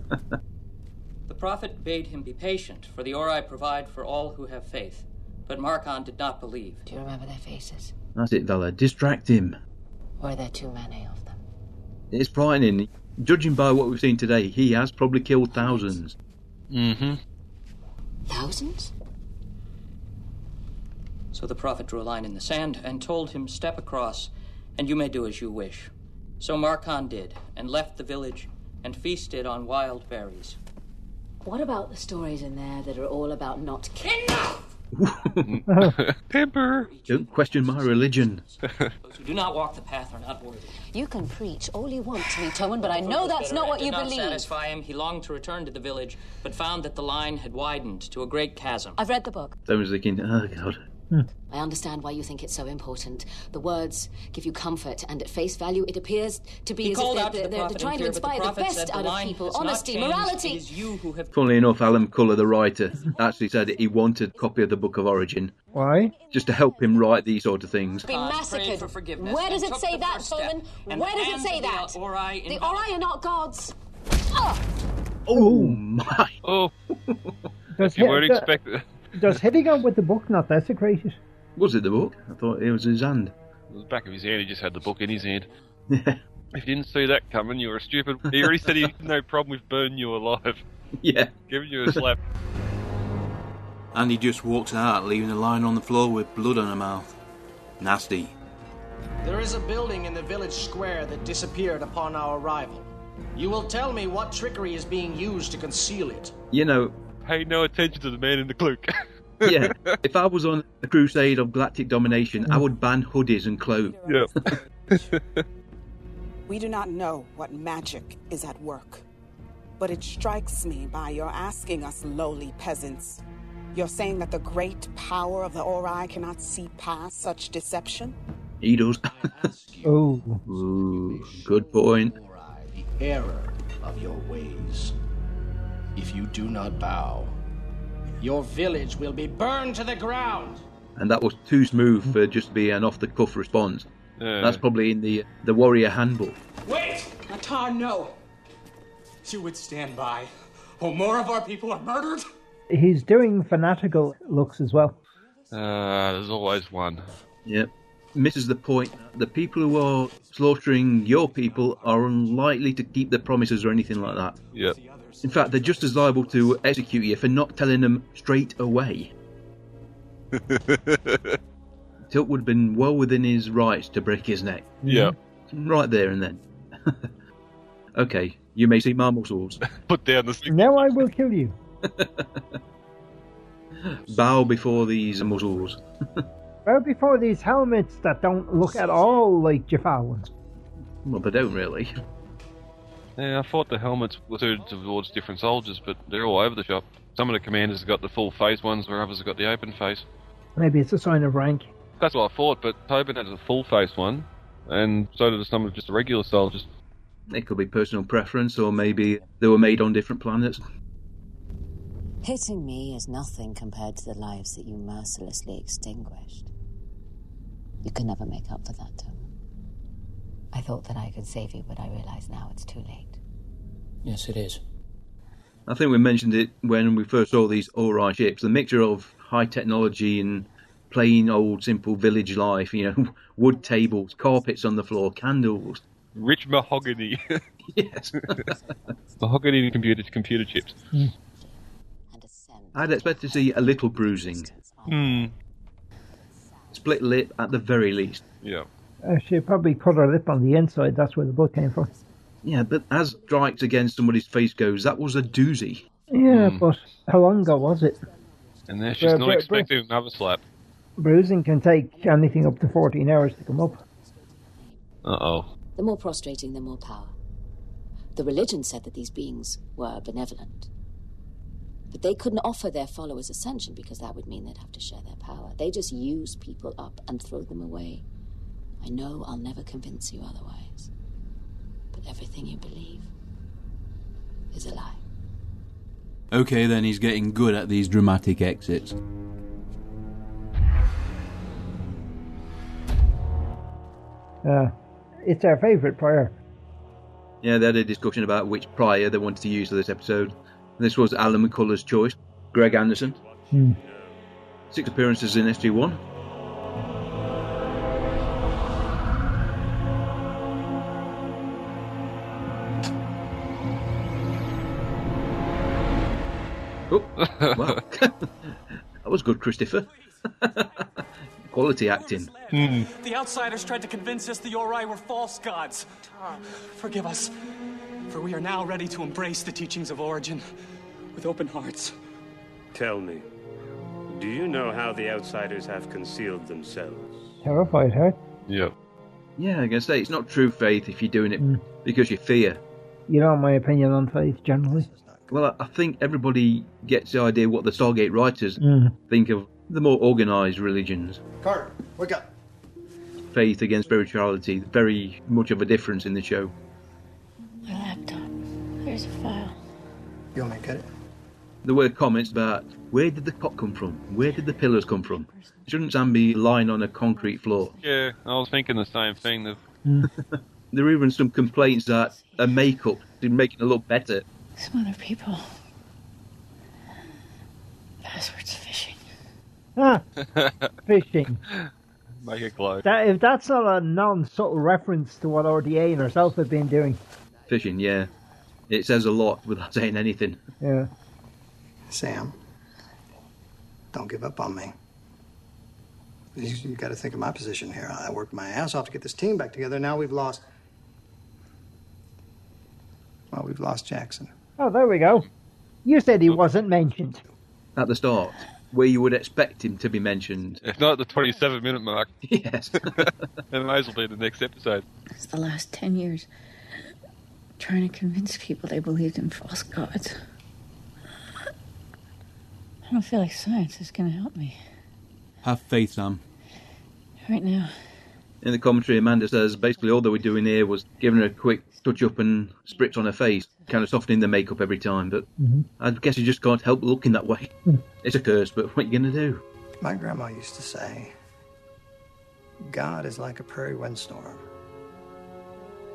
[SPEAKER 17] The prophet bade him be patient, for the Ori provide for all who have faith. But Marcon did not believe.
[SPEAKER 11] Do you remember their faces?
[SPEAKER 5] That's it, Valor. Distract him.
[SPEAKER 11] Were there too many of them?
[SPEAKER 5] It's frightening. Judging by what we've seen today, he has probably killed thousands.
[SPEAKER 4] Mm-hmm.
[SPEAKER 11] Thousands?
[SPEAKER 17] So the prophet drew a line in the sand and told him, Step across, and you may do as you wish. So Marcon did, and left the village and feasted on wild berries.
[SPEAKER 11] What about the stories in there that are all about not killing?
[SPEAKER 5] Pimper! Don't question my religion.
[SPEAKER 17] Those who do not walk the path are not worthy.
[SPEAKER 11] You can preach all you want to me, Toman, but I know that's not what
[SPEAKER 17] Did
[SPEAKER 11] you
[SPEAKER 17] not
[SPEAKER 11] believe.
[SPEAKER 17] satisfy him. He longed to return to the village, but found that the line had widened to a great chasm.
[SPEAKER 11] I've read the book.
[SPEAKER 5] Then was thinking, oh god.
[SPEAKER 11] I understand why you think it's so important. The words give you comfort, and at face value, it appears to be
[SPEAKER 17] He
[SPEAKER 11] as if
[SPEAKER 17] called
[SPEAKER 11] they're,
[SPEAKER 17] out to the
[SPEAKER 11] they're- they're
[SPEAKER 17] prophet
[SPEAKER 11] trying
[SPEAKER 17] in
[SPEAKER 11] to
[SPEAKER 17] fear, but the
[SPEAKER 11] inspire the,
[SPEAKER 17] prophet said
[SPEAKER 11] best
[SPEAKER 17] the
[SPEAKER 11] out of
[SPEAKER 17] line
[SPEAKER 11] people
[SPEAKER 17] has not
[SPEAKER 11] honesty,
[SPEAKER 17] changed. It
[SPEAKER 11] morality.
[SPEAKER 17] is you who have
[SPEAKER 5] Funnily enough, Alan Culler, the writer, actually said that he wanted a copy of the Book of Origin
[SPEAKER 2] Why?
[SPEAKER 5] just to help him write these sort of things.
[SPEAKER 11] Be massacred. Where does it say that, Toman?
[SPEAKER 17] and
[SPEAKER 11] Where
[SPEAKER 17] the
[SPEAKER 11] does it
[SPEAKER 17] hands
[SPEAKER 11] say
[SPEAKER 17] of the
[SPEAKER 11] that?
[SPEAKER 17] Ori
[SPEAKER 11] the
[SPEAKER 17] invalid-
[SPEAKER 11] Ori are not gods.
[SPEAKER 5] Oh my!
[SPEAKER 4] Oh,
[SPEAKER 2] Does,
[SPEAKER 4] you
[SPEAKER 2] hit-
[SPEAKER 4] weren't
[SPEAKER 2] do-
[SPEAKER 4] expect it.
[SPEAKER 2] does hitting on with the book not desecrate it?
[SPEAKER 5] Was it the book? I thought it was his hand.
[SPEAKER 4] The back of his hand, he just had the book in his hand. if you didn't see that coming, you were stupid. He already said he had no problem with burning you alive.
[SPEAKER 5] Yeah.
[SPEAKER 4] Giving you a slap.
[SPEAKER 20] And he just walks out, leaving a line on the floor with blood on her mouth. Nasty.
[SPEAKER 21] There is a building in the village square that disappeared upon our arrival. You will tell me what trickery is being used to conceal it.
[SPEAKER 5] You know,
[SPEAKER 4] Pay no attention to the man in the cloak.
[SPEAKER 5] yeah. if I was on a crusade of galactic domination, I would ban hoodies and cloaks.
[SPEAKER 4] Yeah.
[SPEAKER 13] We do not know what magic is at work, but it strikes me by your asking us lowly peasants. You're saying that the great power of the Ori cannot see past such deception?
[SPEAKER 5] he does.
[SPEAKER 2] oh.
[SPEAKER 5] good point.
[SPEAKER 21] Error of your ways. If you do not bow, your village will be burned to the ground.
[SPEAKER 5] And that was too smooth for just to be an off the cuff response.
[SPEAKER 4] Yeah.
[SPEAKER 5] That's probably in the the warrior handbook.
[SPEAKER 19] Wait! Atar, no! You would stand by while more of our people are murdered?
[SPEAKER 2] He's doing fanatical looks as well.
[SPEAKER 4] Uh, there's always one.
[SPEAKER 5] Yep. Misses the point. The people who are slaughtering your people are unlikely to keep their promises or anything like that.
[SPEAKER 4] Yep.
[SPEAKER 5] In fact, they're just as liable to execute you for not telling them straight away. Tilt would have been well within his rights to break his neck.
[SPEAKER 4] Yeah.
[SPEAKER 5] Right there and then. okay, you may see my muscles.
[SPEAKER 4] Put down the
[SPEAKER 2] Now I will kill you.
[SPEAKER 5] Bow before these muscles.
[SPEAKER 2] Well, before these helmets that don't look at all like Jafar ones.
[SPEAKER 5] Well, they don't really.
[SPEAKER 4] Yeah, I thought the helmets were suited towards different soldiers, but they're all over the shop. Some of the commanders have got the full face ones, where others have got the open face.
[SPEAKER 2] Maybe it's a sign of rank.
[SPEAKER 4] That's what I thought, but Tobin had the full face one, and so did some of just the regular soldiers.
[SPEAKER 5] It could be personal preference, or maybe they were made on different planets.
[SPEAKER 11] Hitting me is nothing compared to the lives that you mercilessly extinguished. You can never make up for that, Toman. I thought that I could save you, but I realize now it's too late.
[SPEAKER 17] Yes, it is.
[SPEAKER 5] I think we mentioned it when we first saw these Ori ships. The mixture of high technology and plain old simple village life. You know, wood tables, carpets on the floor, candles.
[SPEAKER 4] Rich mahogany.
[SPEAKER 5] yes.
[SPEAKER 4] mahogany and computer computer chips.
[SPEAKER 5] I'd expect to see a little bruising.
[SPEAKER 4] Hmm.
[SPEAKER 5] Split lip at the very least.
[SPEAKER 4] Yeah.
[SPEAKER 2] Actually, probably cut her lip on the inside. That's where the blood came from.
[SPEAKER 5] Yeah, but as strikes against somebody's face goes, that was a doozy.
[SPEAKER 2] Yeah,
[SPEAKER 5] Hmm.
[SPEAKER 2] but how long ago was it?
[SPEAKER 4] And there she's
[SPEAKER 2] Uh,
[SPEAKER 4] not
[SPEAKER 2] Bru-
[SPEAKER 4] expecting another slap.
[SPEAKER 2] Bruising can take anything up to 14 hours to come up.
[SPEAKER 4] Uh oh.
[SPEAKER 11] The more prostrating, the more power. The religion said that these beings were benevolent. But they couldn't offer their followers ascension because that would mean they'd have to share their power. They just use people up and throw them away. I know I'll never convince you otherwise. But everything you believe is a lie.
[SPEAKER 3] Okay, then he's getting good at these dramatic exits.
[SPEAKER 2] Uh, it's our favourite prayer.
[SPEAKER 5] Yeah, they had a discussion about which prior they wanted to use for this episode. This was Alan McCullough's choice, Greg Anderson.
[SPEAKER 2] Hmm.
[SPEAKER 5] Six appearances in SG1. Oh, wow. that was good, Christopher. Quality acting.
[SPEAKER 19] The outsiders tried to convince us the Ori were false gods. Forgive us, for we are now ready to embrace the teachings of Origin with open hearts.
[SPEAKER 22] Tell me, do you know how the outsiders have concealed themselves?
[SPEAKER 2] Terrified, huh?
[SPEAKER 4] Yeah.
[SPEAKER 5] Yeah, I can say it's not true faith if you're doing it because you fear.
[SPEAKER 2] You know my opinion on faith generally.
[SPEAKER 5] Well, I I think everybody gets the idea what the Stargate writers
[SPEAKER 2] Mm.
[SPEAKER 5] think of the more organised religions.
[SPEAKER 14] Carter, wake up.
[SPEAKER 5] Faith against spirituality, very much of a difference in the show.
[SPEAKER 15] My laptop. There's a file.
[SPEAKER 14] You want me to cut it?
[SPEAKER 5] There were comments about where did the cot come from? Where did the pillars come from? Shouldn't Sam be lying on a concrete floor?
[SPEAKER 4] Yeah, I was thinking the same thing. The
[SPEAKER 5] There were even some complaints that a makeup did making it look better.
[SPEAKER 15] Some other people. Passwords phishing.
[SPEAKER 2] Ah, fishing.
[SPEAKER 4] make it glow.
[SPEAKER 2] That, if that's not a non subtle reference to what RDA and herself have been doing.
[SPEAKER 5] Fishing, yeah. It says a lot without saying anything.
[SPEAKER 2] Yeah.
[SPEAKER 14] Sam, don't give up on me. You, you got to think of my position here. I worked my ass off to get this team back together. Now we've lost. Well, we've lost Jackson.
[SPEAKER 2] Oh, there we go. You said he wasn't mentioned.
[SPEAKER 5] At the start, where you would expect him to be mentioned.
[SPEAKER 4] If not at the 27 minute mark.
[SPEAKER 5] Yes.
[SPEAKER 4] it may as well be the next episode.
[SPEAKER 15] It's the last ten years. Trying to convince people they believed in false gods. I don't feel like science is going to help me
[SPEAKER 3] Have faith, Sam.
[SPEAKER 15] right now.
[SPEAKER 5] In the commentary, Amanda says basically all they were doing here was giving her a quick touch up and spritz on her face, kind of softening the makeup every time. But
[SPEAKER 14] Mhm.
[SPEAKER 5] I guess you just can't help looking that way. it's a curse, but what are you going to do?
[SPEAKER 14] My grandma used to say, God is like a prairie windstorm.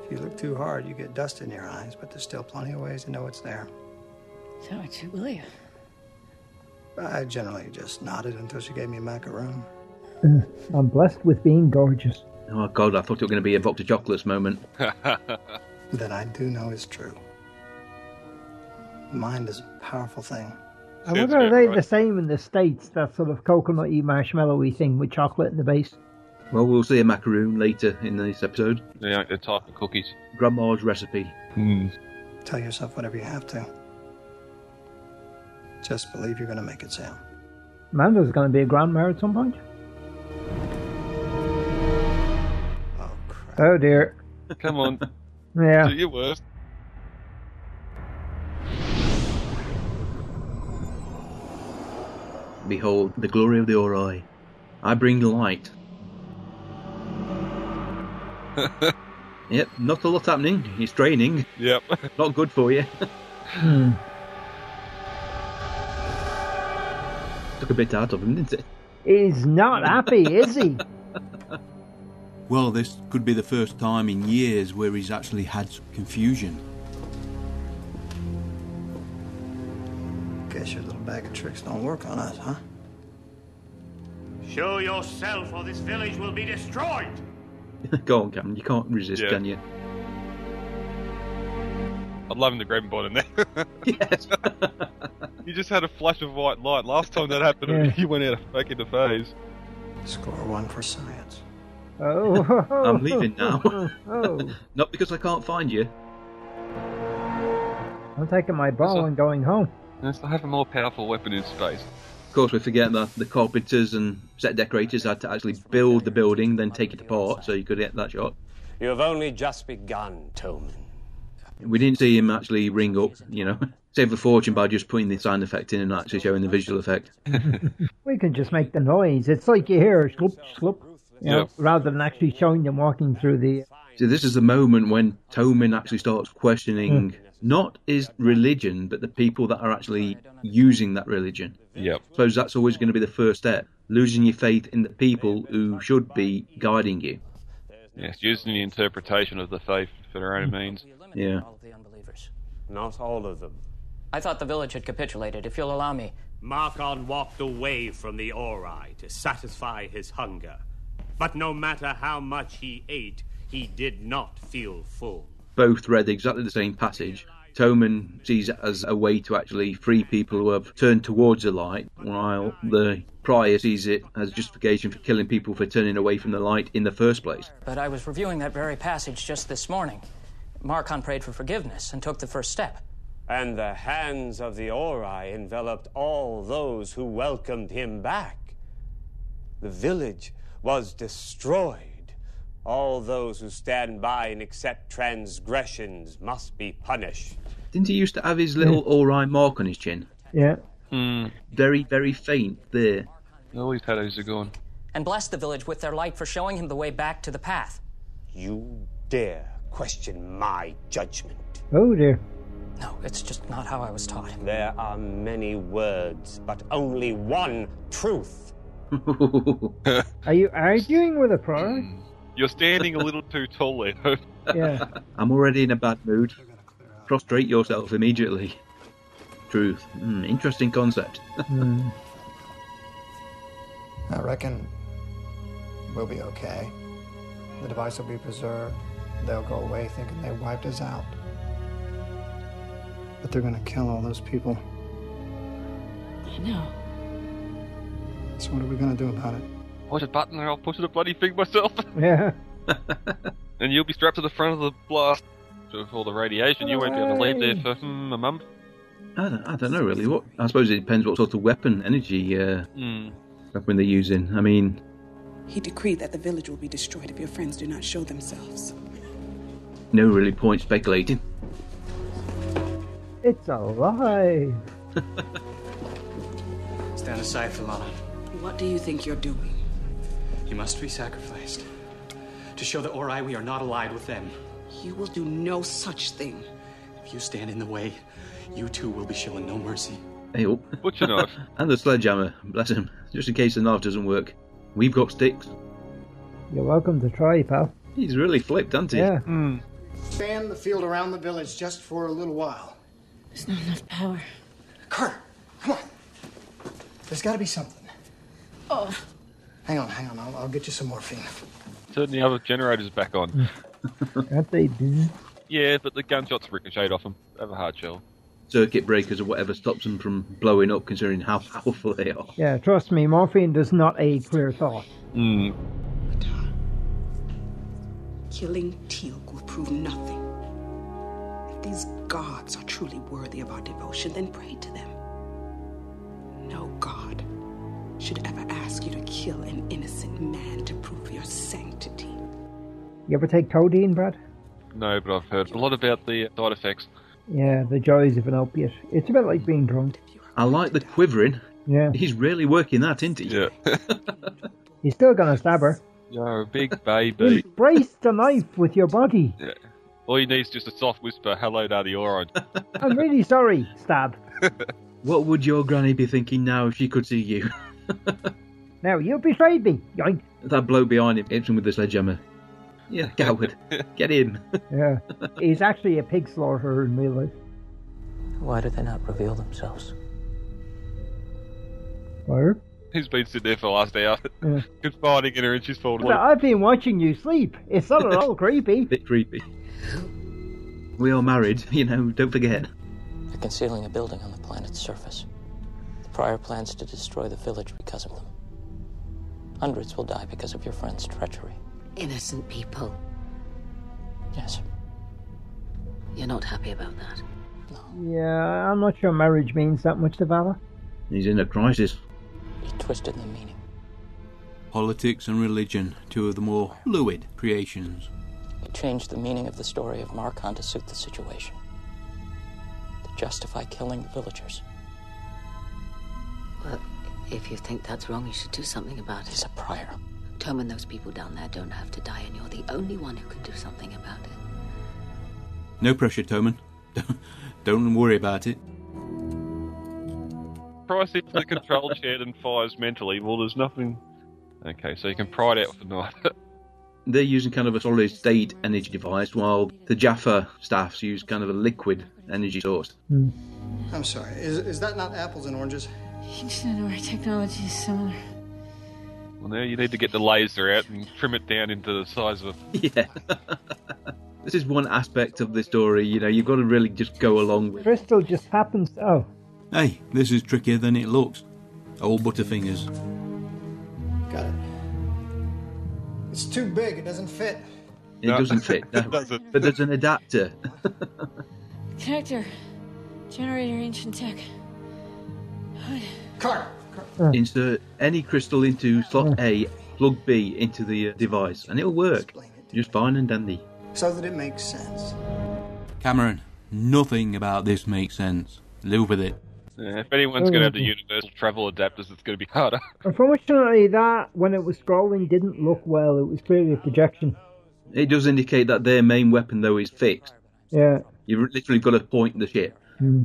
[SPEAKER 14] If you look too hard, you get dust in your eyes, but there's still plenty of ways to know it's there.
[SPEAKER 15] So what you believe?
[SPEAKER 14] I generally just nodded until she gave me a macaroon.
[SPEAKER 2] Uh, I'm blessed with being gorgeous.
[SPEAKER 5] Oh God, I thought it was going to be a box of chocolates moment.
[SPEAKER 14] that I do know is true. Mind is a powerful thing.
[SPEAKER 2] I wonder are they the same in the States, that sort of coconutty marshmallowy thing with chocolate in the base.
[SPEAKER 5] Well, we'll see a macaroon later in this episode.
[SPEAKER 4] They like the type of cookies. Hmm.
[SPEAKER 5] Grandma's recipe.
[SPEAKER 14] Tell yourself whatever you have to. Just believe you're going to make it, Sam.
[SPEAKER 2] Amanda's going to be a grandma at some point. Oh dear.
[SPEAKER 4] Come on.
[SPEAKER 2] Yeah.
[SPEAKER 4] Do your worst.
[SPEAKER 5] Behold the glory of the Ori. I bring light. yep, not a lot happening. It's draining.
[SPEAKER 4] Yep.
[SPEAKER 5] not good for you.
[SPEAKER 2] Hmm.
[SPEAKER 5] Took a bit out of him, didn't it?
[SPEAKER 2] He's not happy, is he?
[SPEAKER 3] Well, this could be the first time in years where he's actually had some confusion.
[SPEAKER 14] guess your little bag of tricks don't work on us, huh?
[SPEAKER 22] Show yourself, or this village will be destroyed!
[SPEAKER 5] Go on, Captain. You can't resist,
[SPEAKER 4] Yeah.
[SPEAKER 5] can you?
[SPEAKER 4] I'd love him to grab him by the neck. yes. he just had a flash of white light. Last time that happened,
[SPEAKER 2] Yeah.
[SPEAKER 4] he went out of back into phase.
[SPEAKER 14] Score one for science.
[SPEAKER 2] Oh,
[SPEAKER 5] I'm leaving now.
[SPEAKER 2] oh.
[SPEAKER 5] Not because I can't find you.
[SPEAKER 2] I'm taking my ball and going home.
[SPEAKER 4] Unless I have a more powerful weapon in space.
[SPEAKER 5] Of course, we forget that the carpenters and set decorators had to actually build the building, then take it apart, so you could get that shot.
[SPEAKER 1] You have only just begun, Tolman.
[SPEAKER 5] We didn't see him actually ring up, you know, save a fortune by just putting the sound effect in and actually showing the visual effect.
[SPEAKER 2] We can just make the noise. It's like you hear slop slop, you know,
[SPEAKER 5] Yeah.
[SPEAKER 2] rather than actually showing them walking through the.
[SPEAKER 5] So this is the moment when Tomin actually starts questioning not his religion, but the people that are actually using that religion.
[SPEAKER 4] Yep.
[SPEAKER 5] Suppose that's always going to be the first step, losing your faith in the people who should be guiding you.
[SPEAKER 4] Yes, using the interpretation of the faith for their own means.
[SPEAKER 5] Yeah.
[SPEAKER 17] All of the unbelievers.
[SPEAKER 1] Not all of them.
[SPEAKER 17] I thought the village had capitulated, if you'll allow me.
[SPEAKER 22] Markon walked away from the Ori to satisfy his hunger. But no matter how much he ate, he did not feel full.
[SPEAKER 5] Both read exactly the same passage. Toman sees it as a way to actually free people who have turned towards the light, while the prior sees it as justification for killing people for turning away from the light in the first place.
[SPEAKER 17] But I was reviewing that very passage just this morning. Marcon prayed for forgiveness and took the first step.
[SPEAKER 1] And the hands of the Ori enveloped all those who welcomed him back. The village was destroyed. All those who stand by and accept transgressions must be punished.
[SPEAKER 5] Didn't he used to have his little all right mark on his chin?
[SPEAKER 2] Yeah.
[SPEAKER 5] Very, very faint there.
[SPEAKER 4] Always had a Zagon.
[SPEAKER 17] And blessed the village with their light for showing him the way back to the path.
[SPEAKER 1] You dare question my judgment.
[SPEAKER 2] Oh dear.
[SPEAKER 17] No, it's just not how I was taught.
[SPEAKER 1] There are many words, but only one truth.
[SPEAKER 2] Are you arguing with a pro?
[SPEAKER 4] You're standing a little too tall there.
[SPEAKER 2] Yeah.
[SPEAKER 5] I'm already in a bad mood. Prostrate yourself immediately. Truth. Hmm, interesting concept.
[SPEAKER 14] I reckon we'll be okay. The device will be preserved. They'll go away thinking they wiped us out. But they're gonna kill all those people.
[SPEAKER 15] I know.
[SPEAKER 14] So what are we gonna do about it?
[SPEAKER 4] Push a button and I'll push the bloody thing myself.
[SPEAKER 2] Yeah.
[SPEAKER 4] and you'll be strapped to the front of the blast. So with all the radiation, you won't be able to leave there for hmm, a month.
[SPEAKER 5] I don't, I don't know really. What I suppose it depends what sort of weapon energy uh, weapon they're using. I mean,
[SPEAKER 13] He decreed that the village will be destroyed if your friends do not show themselves.
[SPEAKER 5] no really point speculating.
[SPEAKER 2] It's alive.
[SPEAKER 12] Stand aside, Philana.
[SPEAKER 13] What do you think you're doing?
[SPEAKER 12] He must be sacrificed. To show the Ori we are not allied with them.
[SPEAKER 13] You will do no such thing.
[SPEAKER 12] If you stand in the way, you too will be showing no mercy.
[SPEAKER 5] Hey, oh.
[SPEAKER 4] Butcher knife.
[SPEAKER 5] and the sledgehammer. Bless him. Just in case the knife doesn't work, we've got sticks.
[SPEAKER 2] You're welcome to try, pal.
[SPEAKER 5] He's really flipped, hasn't he?
[SPEAKER 2] Yeah.
[SPEAKER 6] Span the field around the village just for a little while.
[SPEAKER 15] There's not enough power.
[SPEAKER 6] Carter, come on. There's got to be something.
[SPEAKER 15] Oh.
[SPEAKER 6] Hang on, hang on. I'll, I'll get you some morphine.
[SPEAKER 4] Turn the other generators back on.
[SPEAKER 2] Aren't they busy?
[SPEAKER 4] yeah, but the gunshots ricocheted off them. Have a hard shell.
[SPEAKER 5] Circuit breakers or whatever stops them from blowing up, considering how powerful they are.
[SPEAKER 2] Yeah, trust me, morphine does not aid clear thought.
[SPEAKER 5] Mm.
[SPEAKER 13] Killing Teal'c will prove nothing. If these gods are truly worthy of our devotion, then pray to them. No god should ever ask you to kill an innocent man to prove your sanctity.
[SPEAKER 2] You ever take codeine, Brad?
[SPEAKER 4] No, but I've heard a lot about the side effects.
[SPEAKER 2] Yeah, the joys of an opiate. It's a bit like being drunk.
[SPEAKER 5] I like the quivering.
[SPEAKER 2] Yeah.
[SPEAKER 5] He's really working that, isn't he? Yeah.
[SPEAKER 2] You're still gonna stab her.
[SPEAKER 4] You're a big baby.
[SPEAKER 2] Brace the knife with your body.
[SPEAKER 4] yeah. All you need is just a soft whisper, hello, Daddy Orange.
[SPEAKER 2] I'm really sorry. Stab.
[SPEAKER 5] what would your granny be thinking now if she could see you?
[SPEAKER 2] Now you betrayed me. Yoink.
[SPEAKER 5] that bloke behind him hits him with the sledgehammer. Yeah, coward. Get him.
[SPEAKER 2] Yeah. He's actually a pig slaughterer in real life.
[SPEAKER 17] Why do they not reveal themselves?
[SPEAKER 2] Word?
[SPEAKER 4] He's been sitting there for the last hour,
[SPEAKER 2] Yeah.
[SPEAKER 4] confiding in her, and she's fallen
[SPEAKER 2] But I've been watching you sleep. It's not at all creepy.
[SPEAKER 5] Bit creepy. We are married, you know, don't forget.
[SPEAKER 17] They're concealing a building on the planet's surface. The prior plans to destroy the village because of them. Hundreds will die because of your friend's treachery.
[SPEAKER 11] Innocent people.
[SPEAKER 17] Yes.
[SPEAKER 11] You're not happy about that.
[SPEAKER 2] Yeah, I'm not sure marriage means that much to Valor.
[SPEAKER 5] He's in a crisis.
[SPEAKER 17] You twisted the meaning.
[SPEAKER 20] Politics and religion, two of the more fluid creations.
[SPEAKER 17] You changed the meaning of the story of Marcon to suit the situation. To justify killing the villagers.
[SPEAKER 11] Well, if you think that's wrong, you should do something about it. He's
[SPEAKER 17] a prior.
[SPEAKER 11] Tom and those people down there don't have to die, and you're the only one who can do something about it.
[SPEAKER 20] No pressure, Toman. Don't worry about it.
[SPEAKER 4] Price into the control chair and fires mentally. Well, there's nothing. Okay, so you can pry it out for the night.
[SPEAKER 5] They're using kind of a solid state energy device, while the Jaffa staffs use kind of a liquid energy source.
[SPEAKER 14] I'm sorry. Is, is that not apples and oranges?
[SPEAKER 15] Ancient and our technology is similar.
[SPEAKER 4] well, now you need to get the laser out and trim it down into the size of a.
[SPEAKER 5] Yeah. This is one aspect of the story, you know, you've got to really just go along with.
[SPEAKER 2] Crystal just happens. Oh,
[SPEAKER 20] Hey, this is trickier than it looks. Old Butterfingers.
[SPEAKER 14] Got it. It's too big. It doesn't fit.
[SPEAKER 5] It doesn't fit. No. But there's an adapter.
[SPEAKER 15] Connector, generator, ancient tech.
[SPEAKER 14] Car.
[SPEAKER 5] Insert any crystal into slot A, plug B into the uh, device, and it'll work. Just fine and dandy.
[SPEAKER 14] So that it makes sense.
[SPEAKER 20] Cameron, nothing about this makes sense. Live with it.
[SPEAKER 4] Yeah, if anyone's going to have the universal travel adapters, it's going to be harder.
[SPEAKER 2] unfortunately, that when it was scrolling didn't look well. It was clearly a projection.
[SPEAKER 5] It does indicate that their main weapon, though, is fixed.
[SPEAKER 2] Yeah.
[SPEAKER 5] You've literally got to point the ship.
[SPEAKER 2] Hmm.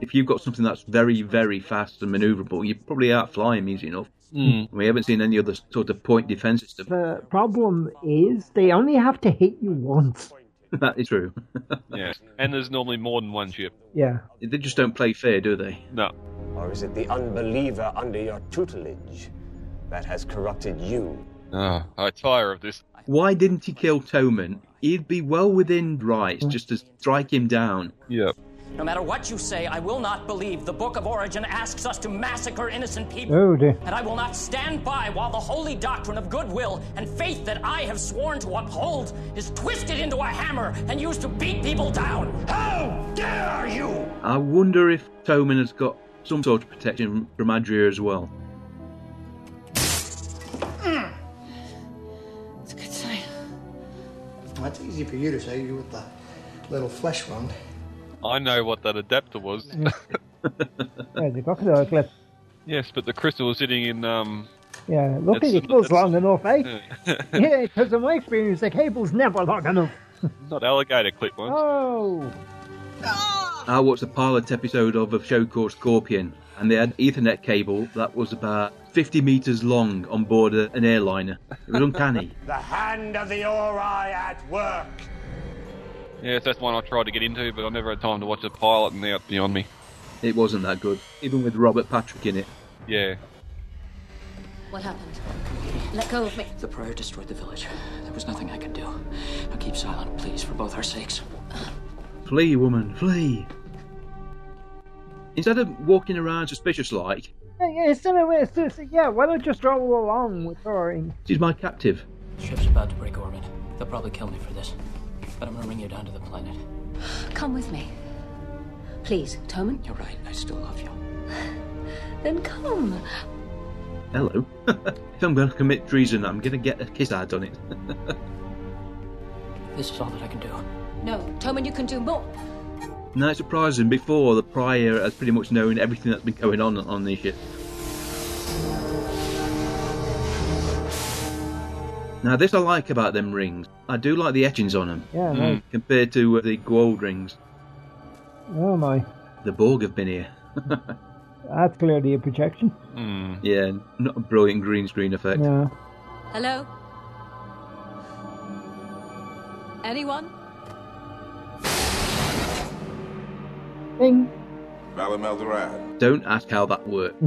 [SPEAKER 5] If you've got something that's very, very fast and manoeuvrable, you're probably outflying easy enough.
[SPEAKER 2] Hmm.
[SPEAKER 5] We haven't seen any other sort of point defense system.
[SPEAKER 2] The problem is they only have to hit you once.
[SPEAKER 5] that is true.
[SPEAKER 4] yeah, and there's normally more than one ship.
[SPEAKER 2] Yeah.
[SPEAKER 5] They just don't play fair, do they?
[SPEAKER 4] No.
[SPEAKER 1] Or is it the unbeliever under your tutelage that has corrupted you?
[SPEAKER 4] Ah, I tire of this.
[SPEAKER 5] Why didn't he kill Toman? He'd be well within rights just to strike him down.
[SPEAKER 4] Yeah.
[SPEAKER 17] No matter what you say, I will not believe the Book of Origin asks us to massacre innocent people.
[SPEAKER 2] Oh, dear.
[SPEAKER 17] And I will not stand by while the holy doctrine of goodwill and faith that I have sworn to uphold is twisted into a hammer and used to beat people down. How dare you!
[SPEAKER 5] I wonder if Toman has got some sort of protection from Adria as well.
[SPEAKER 15] It's a good sign.
[SPEAKER 14] Well, it's easy for you to say. You with the little flesh wound.
[SPEAKER 4] I know what that adapter was.
[SPEAKER 2] Yeah, the crocodile clip.
[SPEAKER 4] yes, but the crystal was sitting in. um
[SPEAKER 2] Yeah, look,
[SPEAKER 4] It's-
[SPEAKER 2] it was long enough, eh?
[SPEAKER 4] Not
[SPEAKER 2] yeah, because in my experience, the cable's never long enough.
[SPEAKER 4] alligator clip ones.
[SPEAKER 2] Oh,
[SPEAKER 5] I watched a pilot episode of a show called Scorpion, and they had Ethernet cable that was about 50 meters long on board a- an airliner. It was uncanny.
[SPEAKER 1] The hand of the Ori at work.
[SPEAKER 4] Yes, that's one I tried to get into, but I never had time to watch a pilot, and now it's beyond me.
[SPEAKER 5] It wasn't that good, even with Robert Patrick in it.
[SPEAKER 4] Yeah.
[SPEAKER 11] What happened? Let go of me.
[SPEAKER 17] The prior destroyed the village. There was nothing I could do. Now keep silent, please, for both our sakes.
[SPEAKER 5] Flee, woman, flee! Instead of walking around suspicious like,
[SPEAKER 2] yeah, yeah, it's still a way. It's, it's, yeah, why don't you just roll along with her?
[SPEAKER 5] she's my captive.
[SPEAKER 17] Ship's about to break orbit. They'll probably kill me for this. But I'm gonna bring you down to the planet.
[SPEAKER 11] Come with me. Please, Toman?
[SPEAKER 17] You're right, I still love you.
[SPEAKER 11] Then come.
[SPEAKER 5] Hello. if I'm going to commit treason, I'm going to get a kiss ad on it.
[SPEAKER 17] This is all that I can do.
[SPEAKER 11] No, Toman, you can do more.
[SPEAKER 5] now, it's surprising, before the prior has pretty much known everything that's been going on on this ship. Now, this I like about them rings. I do like the etchings on them.
[SPEAKER 2] Yeah, I know. Mm.
[SPEAKER 5] Compared to uh, the gold rings.
[SPEAKER 2] Oh my,
[SPEAKER 5] The Borg have been here.
[SPEAKER 2] that's clearly a projection.
[SPEAKER 5] Yeah, not a brilliant green screen effect.
[SPEAKER 2] No.
[SPEAKER 11] Hello? Anyone?
[SPEAKER 2] Ding.
[SPEAKER 9] Balam Eldoran.
[SPEAKER 5] Don't ask how that worked.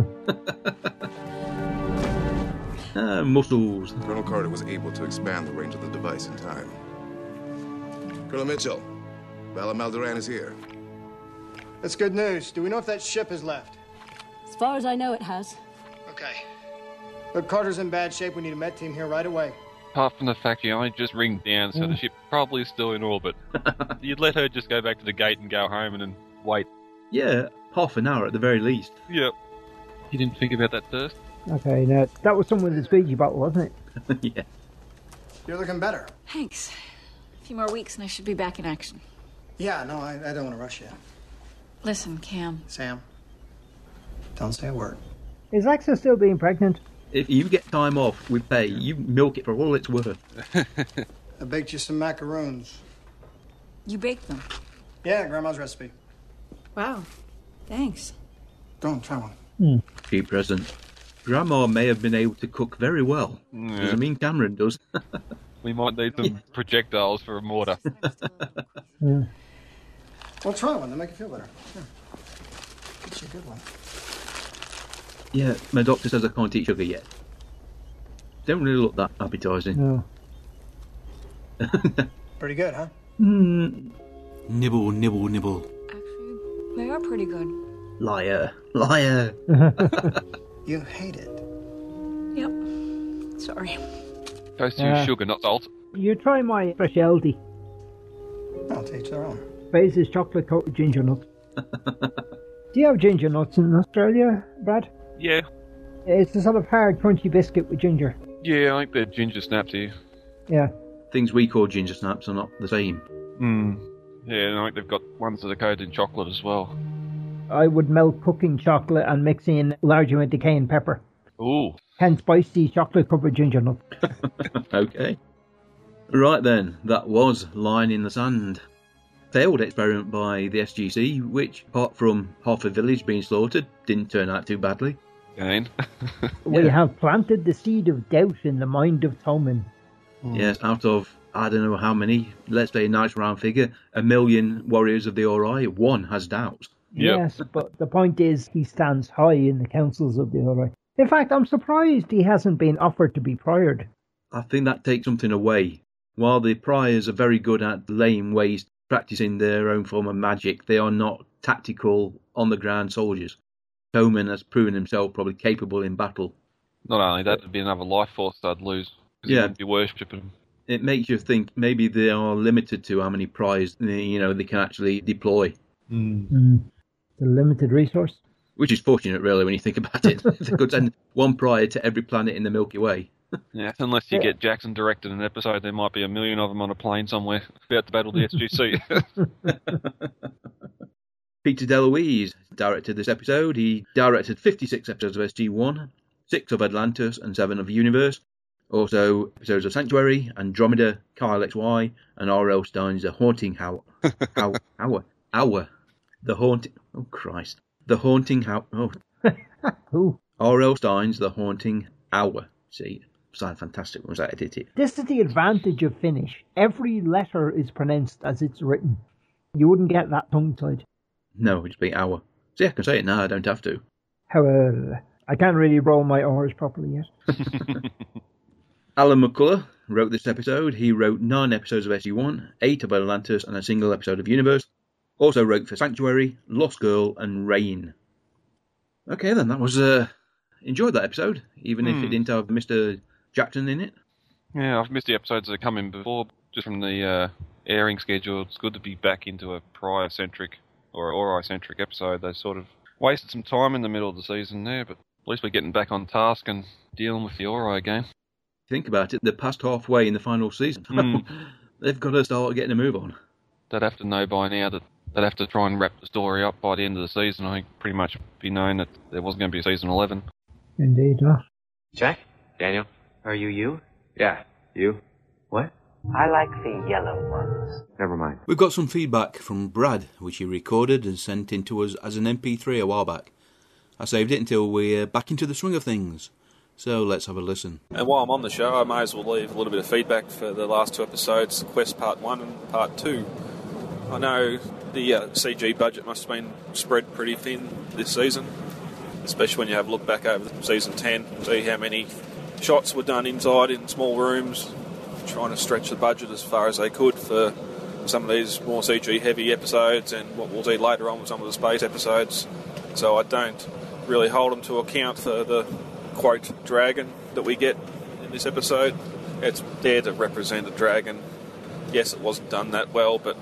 [SPEAKER 5] ah, muscles.
[SPEAKER 9] Colonel Carter was able to expand the range of the device in time. Colonel Mitchell, Balam Eldoran is here.
[SPEAKER 6] That's good news. Do we know if that ship has left?
[SPEAKER 11] As far as I know, it has.
[SPEAKER 6] Okay. Look, Carter's in bad shape. We need a med team here right away.
[SPEAKER 4] Apart from the fact you only just ringed down, so the
[SPEAKER 2] Mm.
[SPEAKER 4] ship probably is still in orbit. You'd let her just go back to the gate and go home and then wait.
[SPEAKER 5] Yeah, half an hour at the very least.
[SPEAKER 4] Yep. You didn't think about that first?
[SPEAKER 2] Okay, now that was someone with a squeegee bottle, wasn't
[SPEAKER 5] it? yeah.
[SPEAKER 6] You're looking better.
[SPEAKER 8] Thanks. A few more weeks and I should be back in action.
[SPEAKER 6] Yeah, no, I, I don't want to rush you.
[SPEAKER 8] Listen, Cam.
[SPEAKER 6] Sam,
[SPEAKER 14] Don't say a word.
[SPEAKER 2] Is Lexa still being pregnant?
[SPEAKER 5] If you get time off with pay, you milk it for all it's worth.
[SPEAKER 6] I baked you some macaroons.
[SPEAKER 8] You baked them?
[SPEAKER 6] Yeah, Grandma's recipe.
[SPEAKER 8] Wow. Thanks.
[SPEAKER 6] Go on, try one.
[SPEAKER 5] Cheap present. Grandma may have been able to cook very well.
[SPEAKER 4] Yeah.
[SPEAKER 5] Doesn't mean Cameron does.
[SPEAKER 4] We might need some projectiles for a mortar.
[SPEAKER 6] Well, try one. They'll make you feel better. Sure. It's a good one.
[SPEAKER 5] yeah, my doctor says I can't eat sugar yet. Don't really look that appetising.
[SPEAKER 2] No.
[SPEAKER 6] Pretty good, huh?
[SPEAKER 20] Nibble, nibble, nibble.
[SPEAKER 8] They are pretty good.
[SPEAKER 5] Liar. Liar.
[SPEAKER 6] you hate it.
[SPEAKER 8] Yep. Sorry.
[SPEAKER 4] Goes to
[SPEAKER 2] Yeah.
[SPEAKER 4] sugar, not salt.
[SPEAKER 2] You try my specialty.
[SPEAKER 6] I'll teach their own.
[SPEAKER 2] Faze's chocolate coated ginger nuts. Do you have ginger nuts in Australia, Brad?
[SPEAKER 4] Yeah.
[SPEAKER 2] It's a sort of hard, crunchy biscuit with ginger.
[SPEAKER 4] Yeah, I think they're ginger snaps here.
[SPEAKER 2] Yeah.
[SPEAKER 5] Things we call ginger snaps are not the same.
[SPEAKER 2] Hmm.
[SPEAKER 4] Yeah, and I think they've got ones that are coated in chocolate as well.
[SPEAKER 2] I would melt cooking chocolate and mix in large amount of cayenne pepper.
[SPEAKER 4] Ooh.
[SPEAKER 2] Hence spicy chocolate covered ginger nuts.
[SPEAKER 5] okay. Right then, that was Line in the Sand. Failed experiment by the SGC, which, apart from half a village being slaughtered, didn't turn out too badly.
[SPEAKER 4] Again.
[SPEAKER 2] We have planted the seed of doubt in the mind of Toman.
[SPEAKER 5] Yes, out of I don't know how many, let's say a nice round figure, a million warriors of the Ori, one has doubts.
[SPEAKER 2] Yes, but the point is he stands high in the councils of the Ori. In fact, I'm surprised he hasn't been offered to be priored.
[SPEAKER 5] I think that takes something away. While the priors are very good at laying waste, practicing their own form of magic, they are not tactical, on the ground soldiers. Toman has proven himself probably capable in battle.
[SPEAKER 4] Not only that, it'd be another life force I'd lose. Because
[SPEAKER 5] Yeah.
[SPEAKER 4] yeah. would be worshipping them.
[SPEAKER 5] It makes you think maybe they are limited to how many priors you know they can actually deploy,
[SPEAKER 2] Mm. The limited resource.
[SPEAKER 5] which is fortunate really when you think about it. they could send one prior to every planet in the Milky Way.
[SPEAKER 4] Yeah, unless you get Jackson directed an episode, there might be a million of them on a plane somewhere about to battle the SGC.
[SPEAKER 5] Peter DeLuise directed this episode. He directed 56 episodes of SG1, 6 of Atlantis, and 7 of Universe. Also, episodes of Sanctuary, Andromeda, Kyle XY, and R.L. Stein's The Haunting Hour. Hour. Hour. Hour. The Haunting. Oh, Christ. The Haunting Hour. Oh. R.L. Stein's The Haunting Hour. See, sound fantastic once I edit it.
[SPEAKER 2] This is the advantage of Finnish. Every letter is pronounced as it's written. You wouldn't get that tongue tied.
[SPEAKER 5] No, it'd just be Hour. See, I can say it now, I don't have to.
[SPEAKER 2] However, I can't really roll my R's properly yet.
[SPEAKER 5] Alan McCullough wrote this episode. He wrote nine episodes of SG1, eight of Atlantis, and a single episode of Universe. Also wrote for Sanctuary, Lost Girl, and Rain. Okay, then that was uh, enjoyed that episode, even if it
[SPEAKER 4] Hmm.
[SPEAKER 5] didn't have Mister Jackson in it.
[SPEAKER 4] yeah, I've missed the episodes that have come in before, just from the uh, airing schedule. It's good to be back into a prior centric or Ori centric episode. They sort of wasted some time in the middle of the season there, but at least we're getting back on task and dealing with the Ori again.
[SPEAKER 5] Think about it, they're past halfway in the final season.
[SPEAKER 4] Hmm.
[SPEAKER 5] They've got to start getting a move on.
[SPEAKER 4] They'd have to know by now that they'd have to try and wrap the story up by the end of the season. I think pretty much be known that there wasn't going to be a season 11.
[SPEAKER 2] Indeed. Huh?
[SPEAKER 10] Jack? Daniel? Are you you? Yeah, you. What? I like the yellow ones. Never mind.
[SPEAKER 20] We've got some feedback from Brad, which he recorded and sent in to us as an MP3 a while back. I saved it until we're back into the swing of things. So let's have a listen.
[SPEAKER 23] And while I'm on the show, I may as well leave a little bit of feedback for the last two episodes, Quest Part 1 and Part 2.
[SPEAKER 7] I know the uh, CG budget must have been spread pretty thin this season, especially when you have a look back over season 10 and see how many shots were done inside in small rooms, trying to stretch the budget as far as they could for some of these more CG heavy episodes and what we'll see later on with some of the space episodes. So I don't really hold them to account for the quote dragon that we get in this episode. It's there to represent a dragon. Yes, it wasn't done that well, but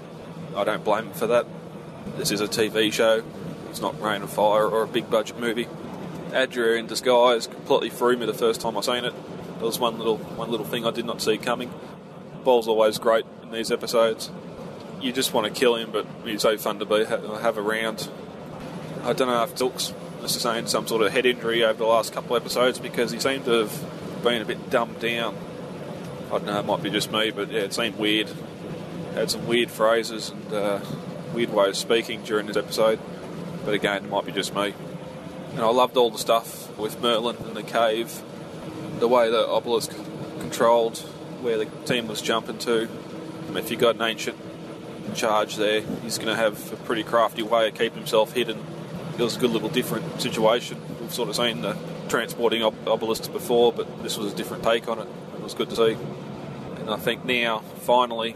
[SPEAKER 7] I don't blame them for that. This is a TV show. It's not Rain and Fire or a big budget movie. Adria in disguise completely threw me the first time I seen it. There was one little one little thing I did not see coming. Ball's always great in these episodes. You just want to kill him, but he's so fun to be have around. I don't know if Dilks has sustained some sort of head injury over the last couple of episodes because he seemed to have been a bit dumbed down. I don't know, it might be just me, but yeah, it seemed weird. Had some weird phrases and uh, weird way of speaking during this episode, but again, it might be just me. And I loved all the stuff with Merlin and the cave, the way that Obelisk controlled where the team was jumping to. And if you got an ancient in charge there, he's going to have a pretty crafty way of keeping himself hidden. It was a good little different situation. We've sort of seen the transporting ob- obelisks before, but this was a different take on it. It was good to see. And I think now, finally,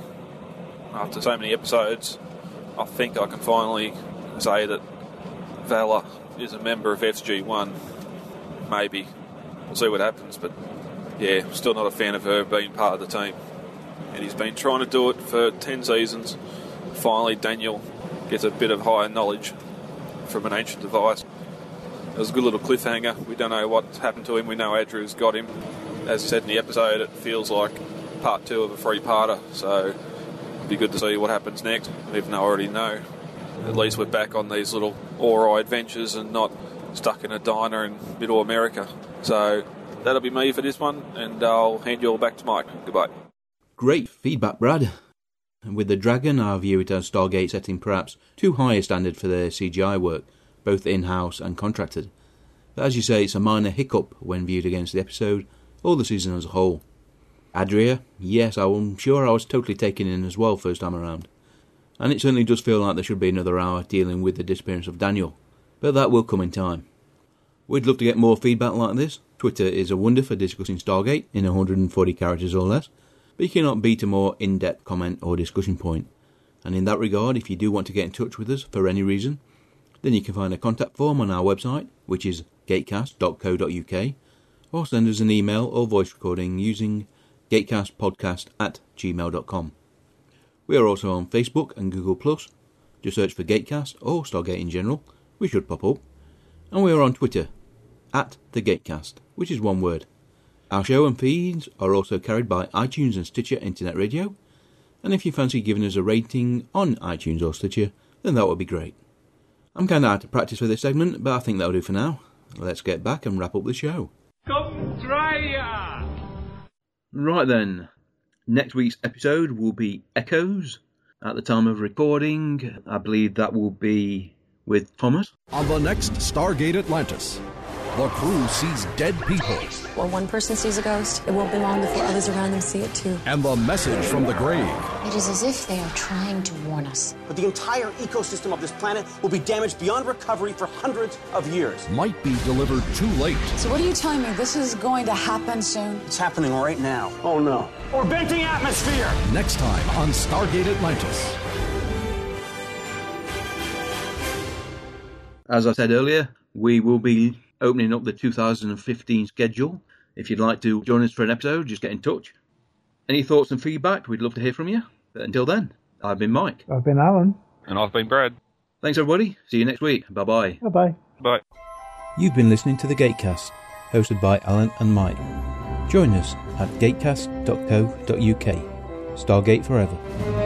[SPEAKER 7] after so many episodes, I think I can finally say that Valor is a member of FG1. Maybe. We'll see what happens, but yeah, still not a fan of her being part of the team. And he's been trying to do it for 10 seasons. Finally, Daniel gets a bit of higher knowledge from an ancient device. It was a good little cliffhanger. We don't know what's happened to him. We know Andrew's got him. As I said in the episode, it feels like part two of a three-parter, so it'd be good to see what happens next, even though I already know. At least we're back on these little Ori adventures and not stuck in a diner in middle America. So that'll be me for this one, and I'll hand you all back to Mike. Goodbye.
[SPEAKER 5] Great feedback, Brad. And with the Dragon, I view it as Stargate setting perhaps too high a standard for their CGI work, both in house and contracted. But as you say, it's a minor hiccup when viewed against the episode or the season as a whole. Adria, yes, I'm sure I was totally taken in as well first time around. And it certainly does feel like there should be another hour dealing with the disappearance of Daniel, but that will come in time. We'd love to get more feedback like this. Twitter is a wonder for discussing Stargate in 140 characters or less, but you cannot beat a more in depth comment or discussion point. And in that regard, if you do want to get in touch with us for any reason, then you can find a contact form on our website, which is gatecast.co.uk, or send us an email or voice recording using gatecastpodcast at gmail.com. We are also on Facebook and Google Plus. Just search for Gatecast or Stargate in general. We should pop up. And we are on Twitter at the Gatecast, which is one word. Our show and feeds are also carried by iTunes and Stitcher Internet Radio. And if you fancy giving us a rating on iTunes or Stitcher, then that would be great. I'm kind of out of practice for this segment, but I think that'll do for now. Let's get back and wrap up the show.
[SPEAKER 2] Come try ya!
[SPEAKER 24] Right then, next week's episode will be Echoes. At the time of recording, I believe that will be with Thomas.
[SPEAKER 25] On the next Stargate Atlantis, the crew sees dead people
[SPEAKER 8] Well, one person sees a ghost, it won't be long before others around them see it too.
[SPEAKER 25] and the message from the grave.
[SPEAKER 8] It is as if they are trying to warn us.
[SPEAKER 26] But the entire ecosystem of this planet will be damaged beyond recovery for hundreds of years.
[SPEAKER 25] Might be delivered too late.
[SPEAKER 26] So, what are you telling me? This is going to happen soon? It's happening right now. Oh, no. Orbiting atmosphere!
[SPEAKER 25] Next time on Stargate Atlantis.
[SPEAKER 24] As I said earlier, we will be opening up the 2015 schedule. If you'd like to join us for an episode, just get in touch. Any thoughts and feedback, we'd love to hear from you. But until then, I've been Mike.
[SPEAKER 27] I've been Alan.
[SPEAKER 4] And I've been Brad.
[SPEAKER 24] Thanks, everybody. See you next week. Bye bye.
[SPEAKER 27] Bye bye.
[SPEAKER 4] Bye.
[SPEAKER 5] You've been listening to The Gatecast, hosted by Alan and Mike. Join us at gatecast.co.uk. Stargate Forever.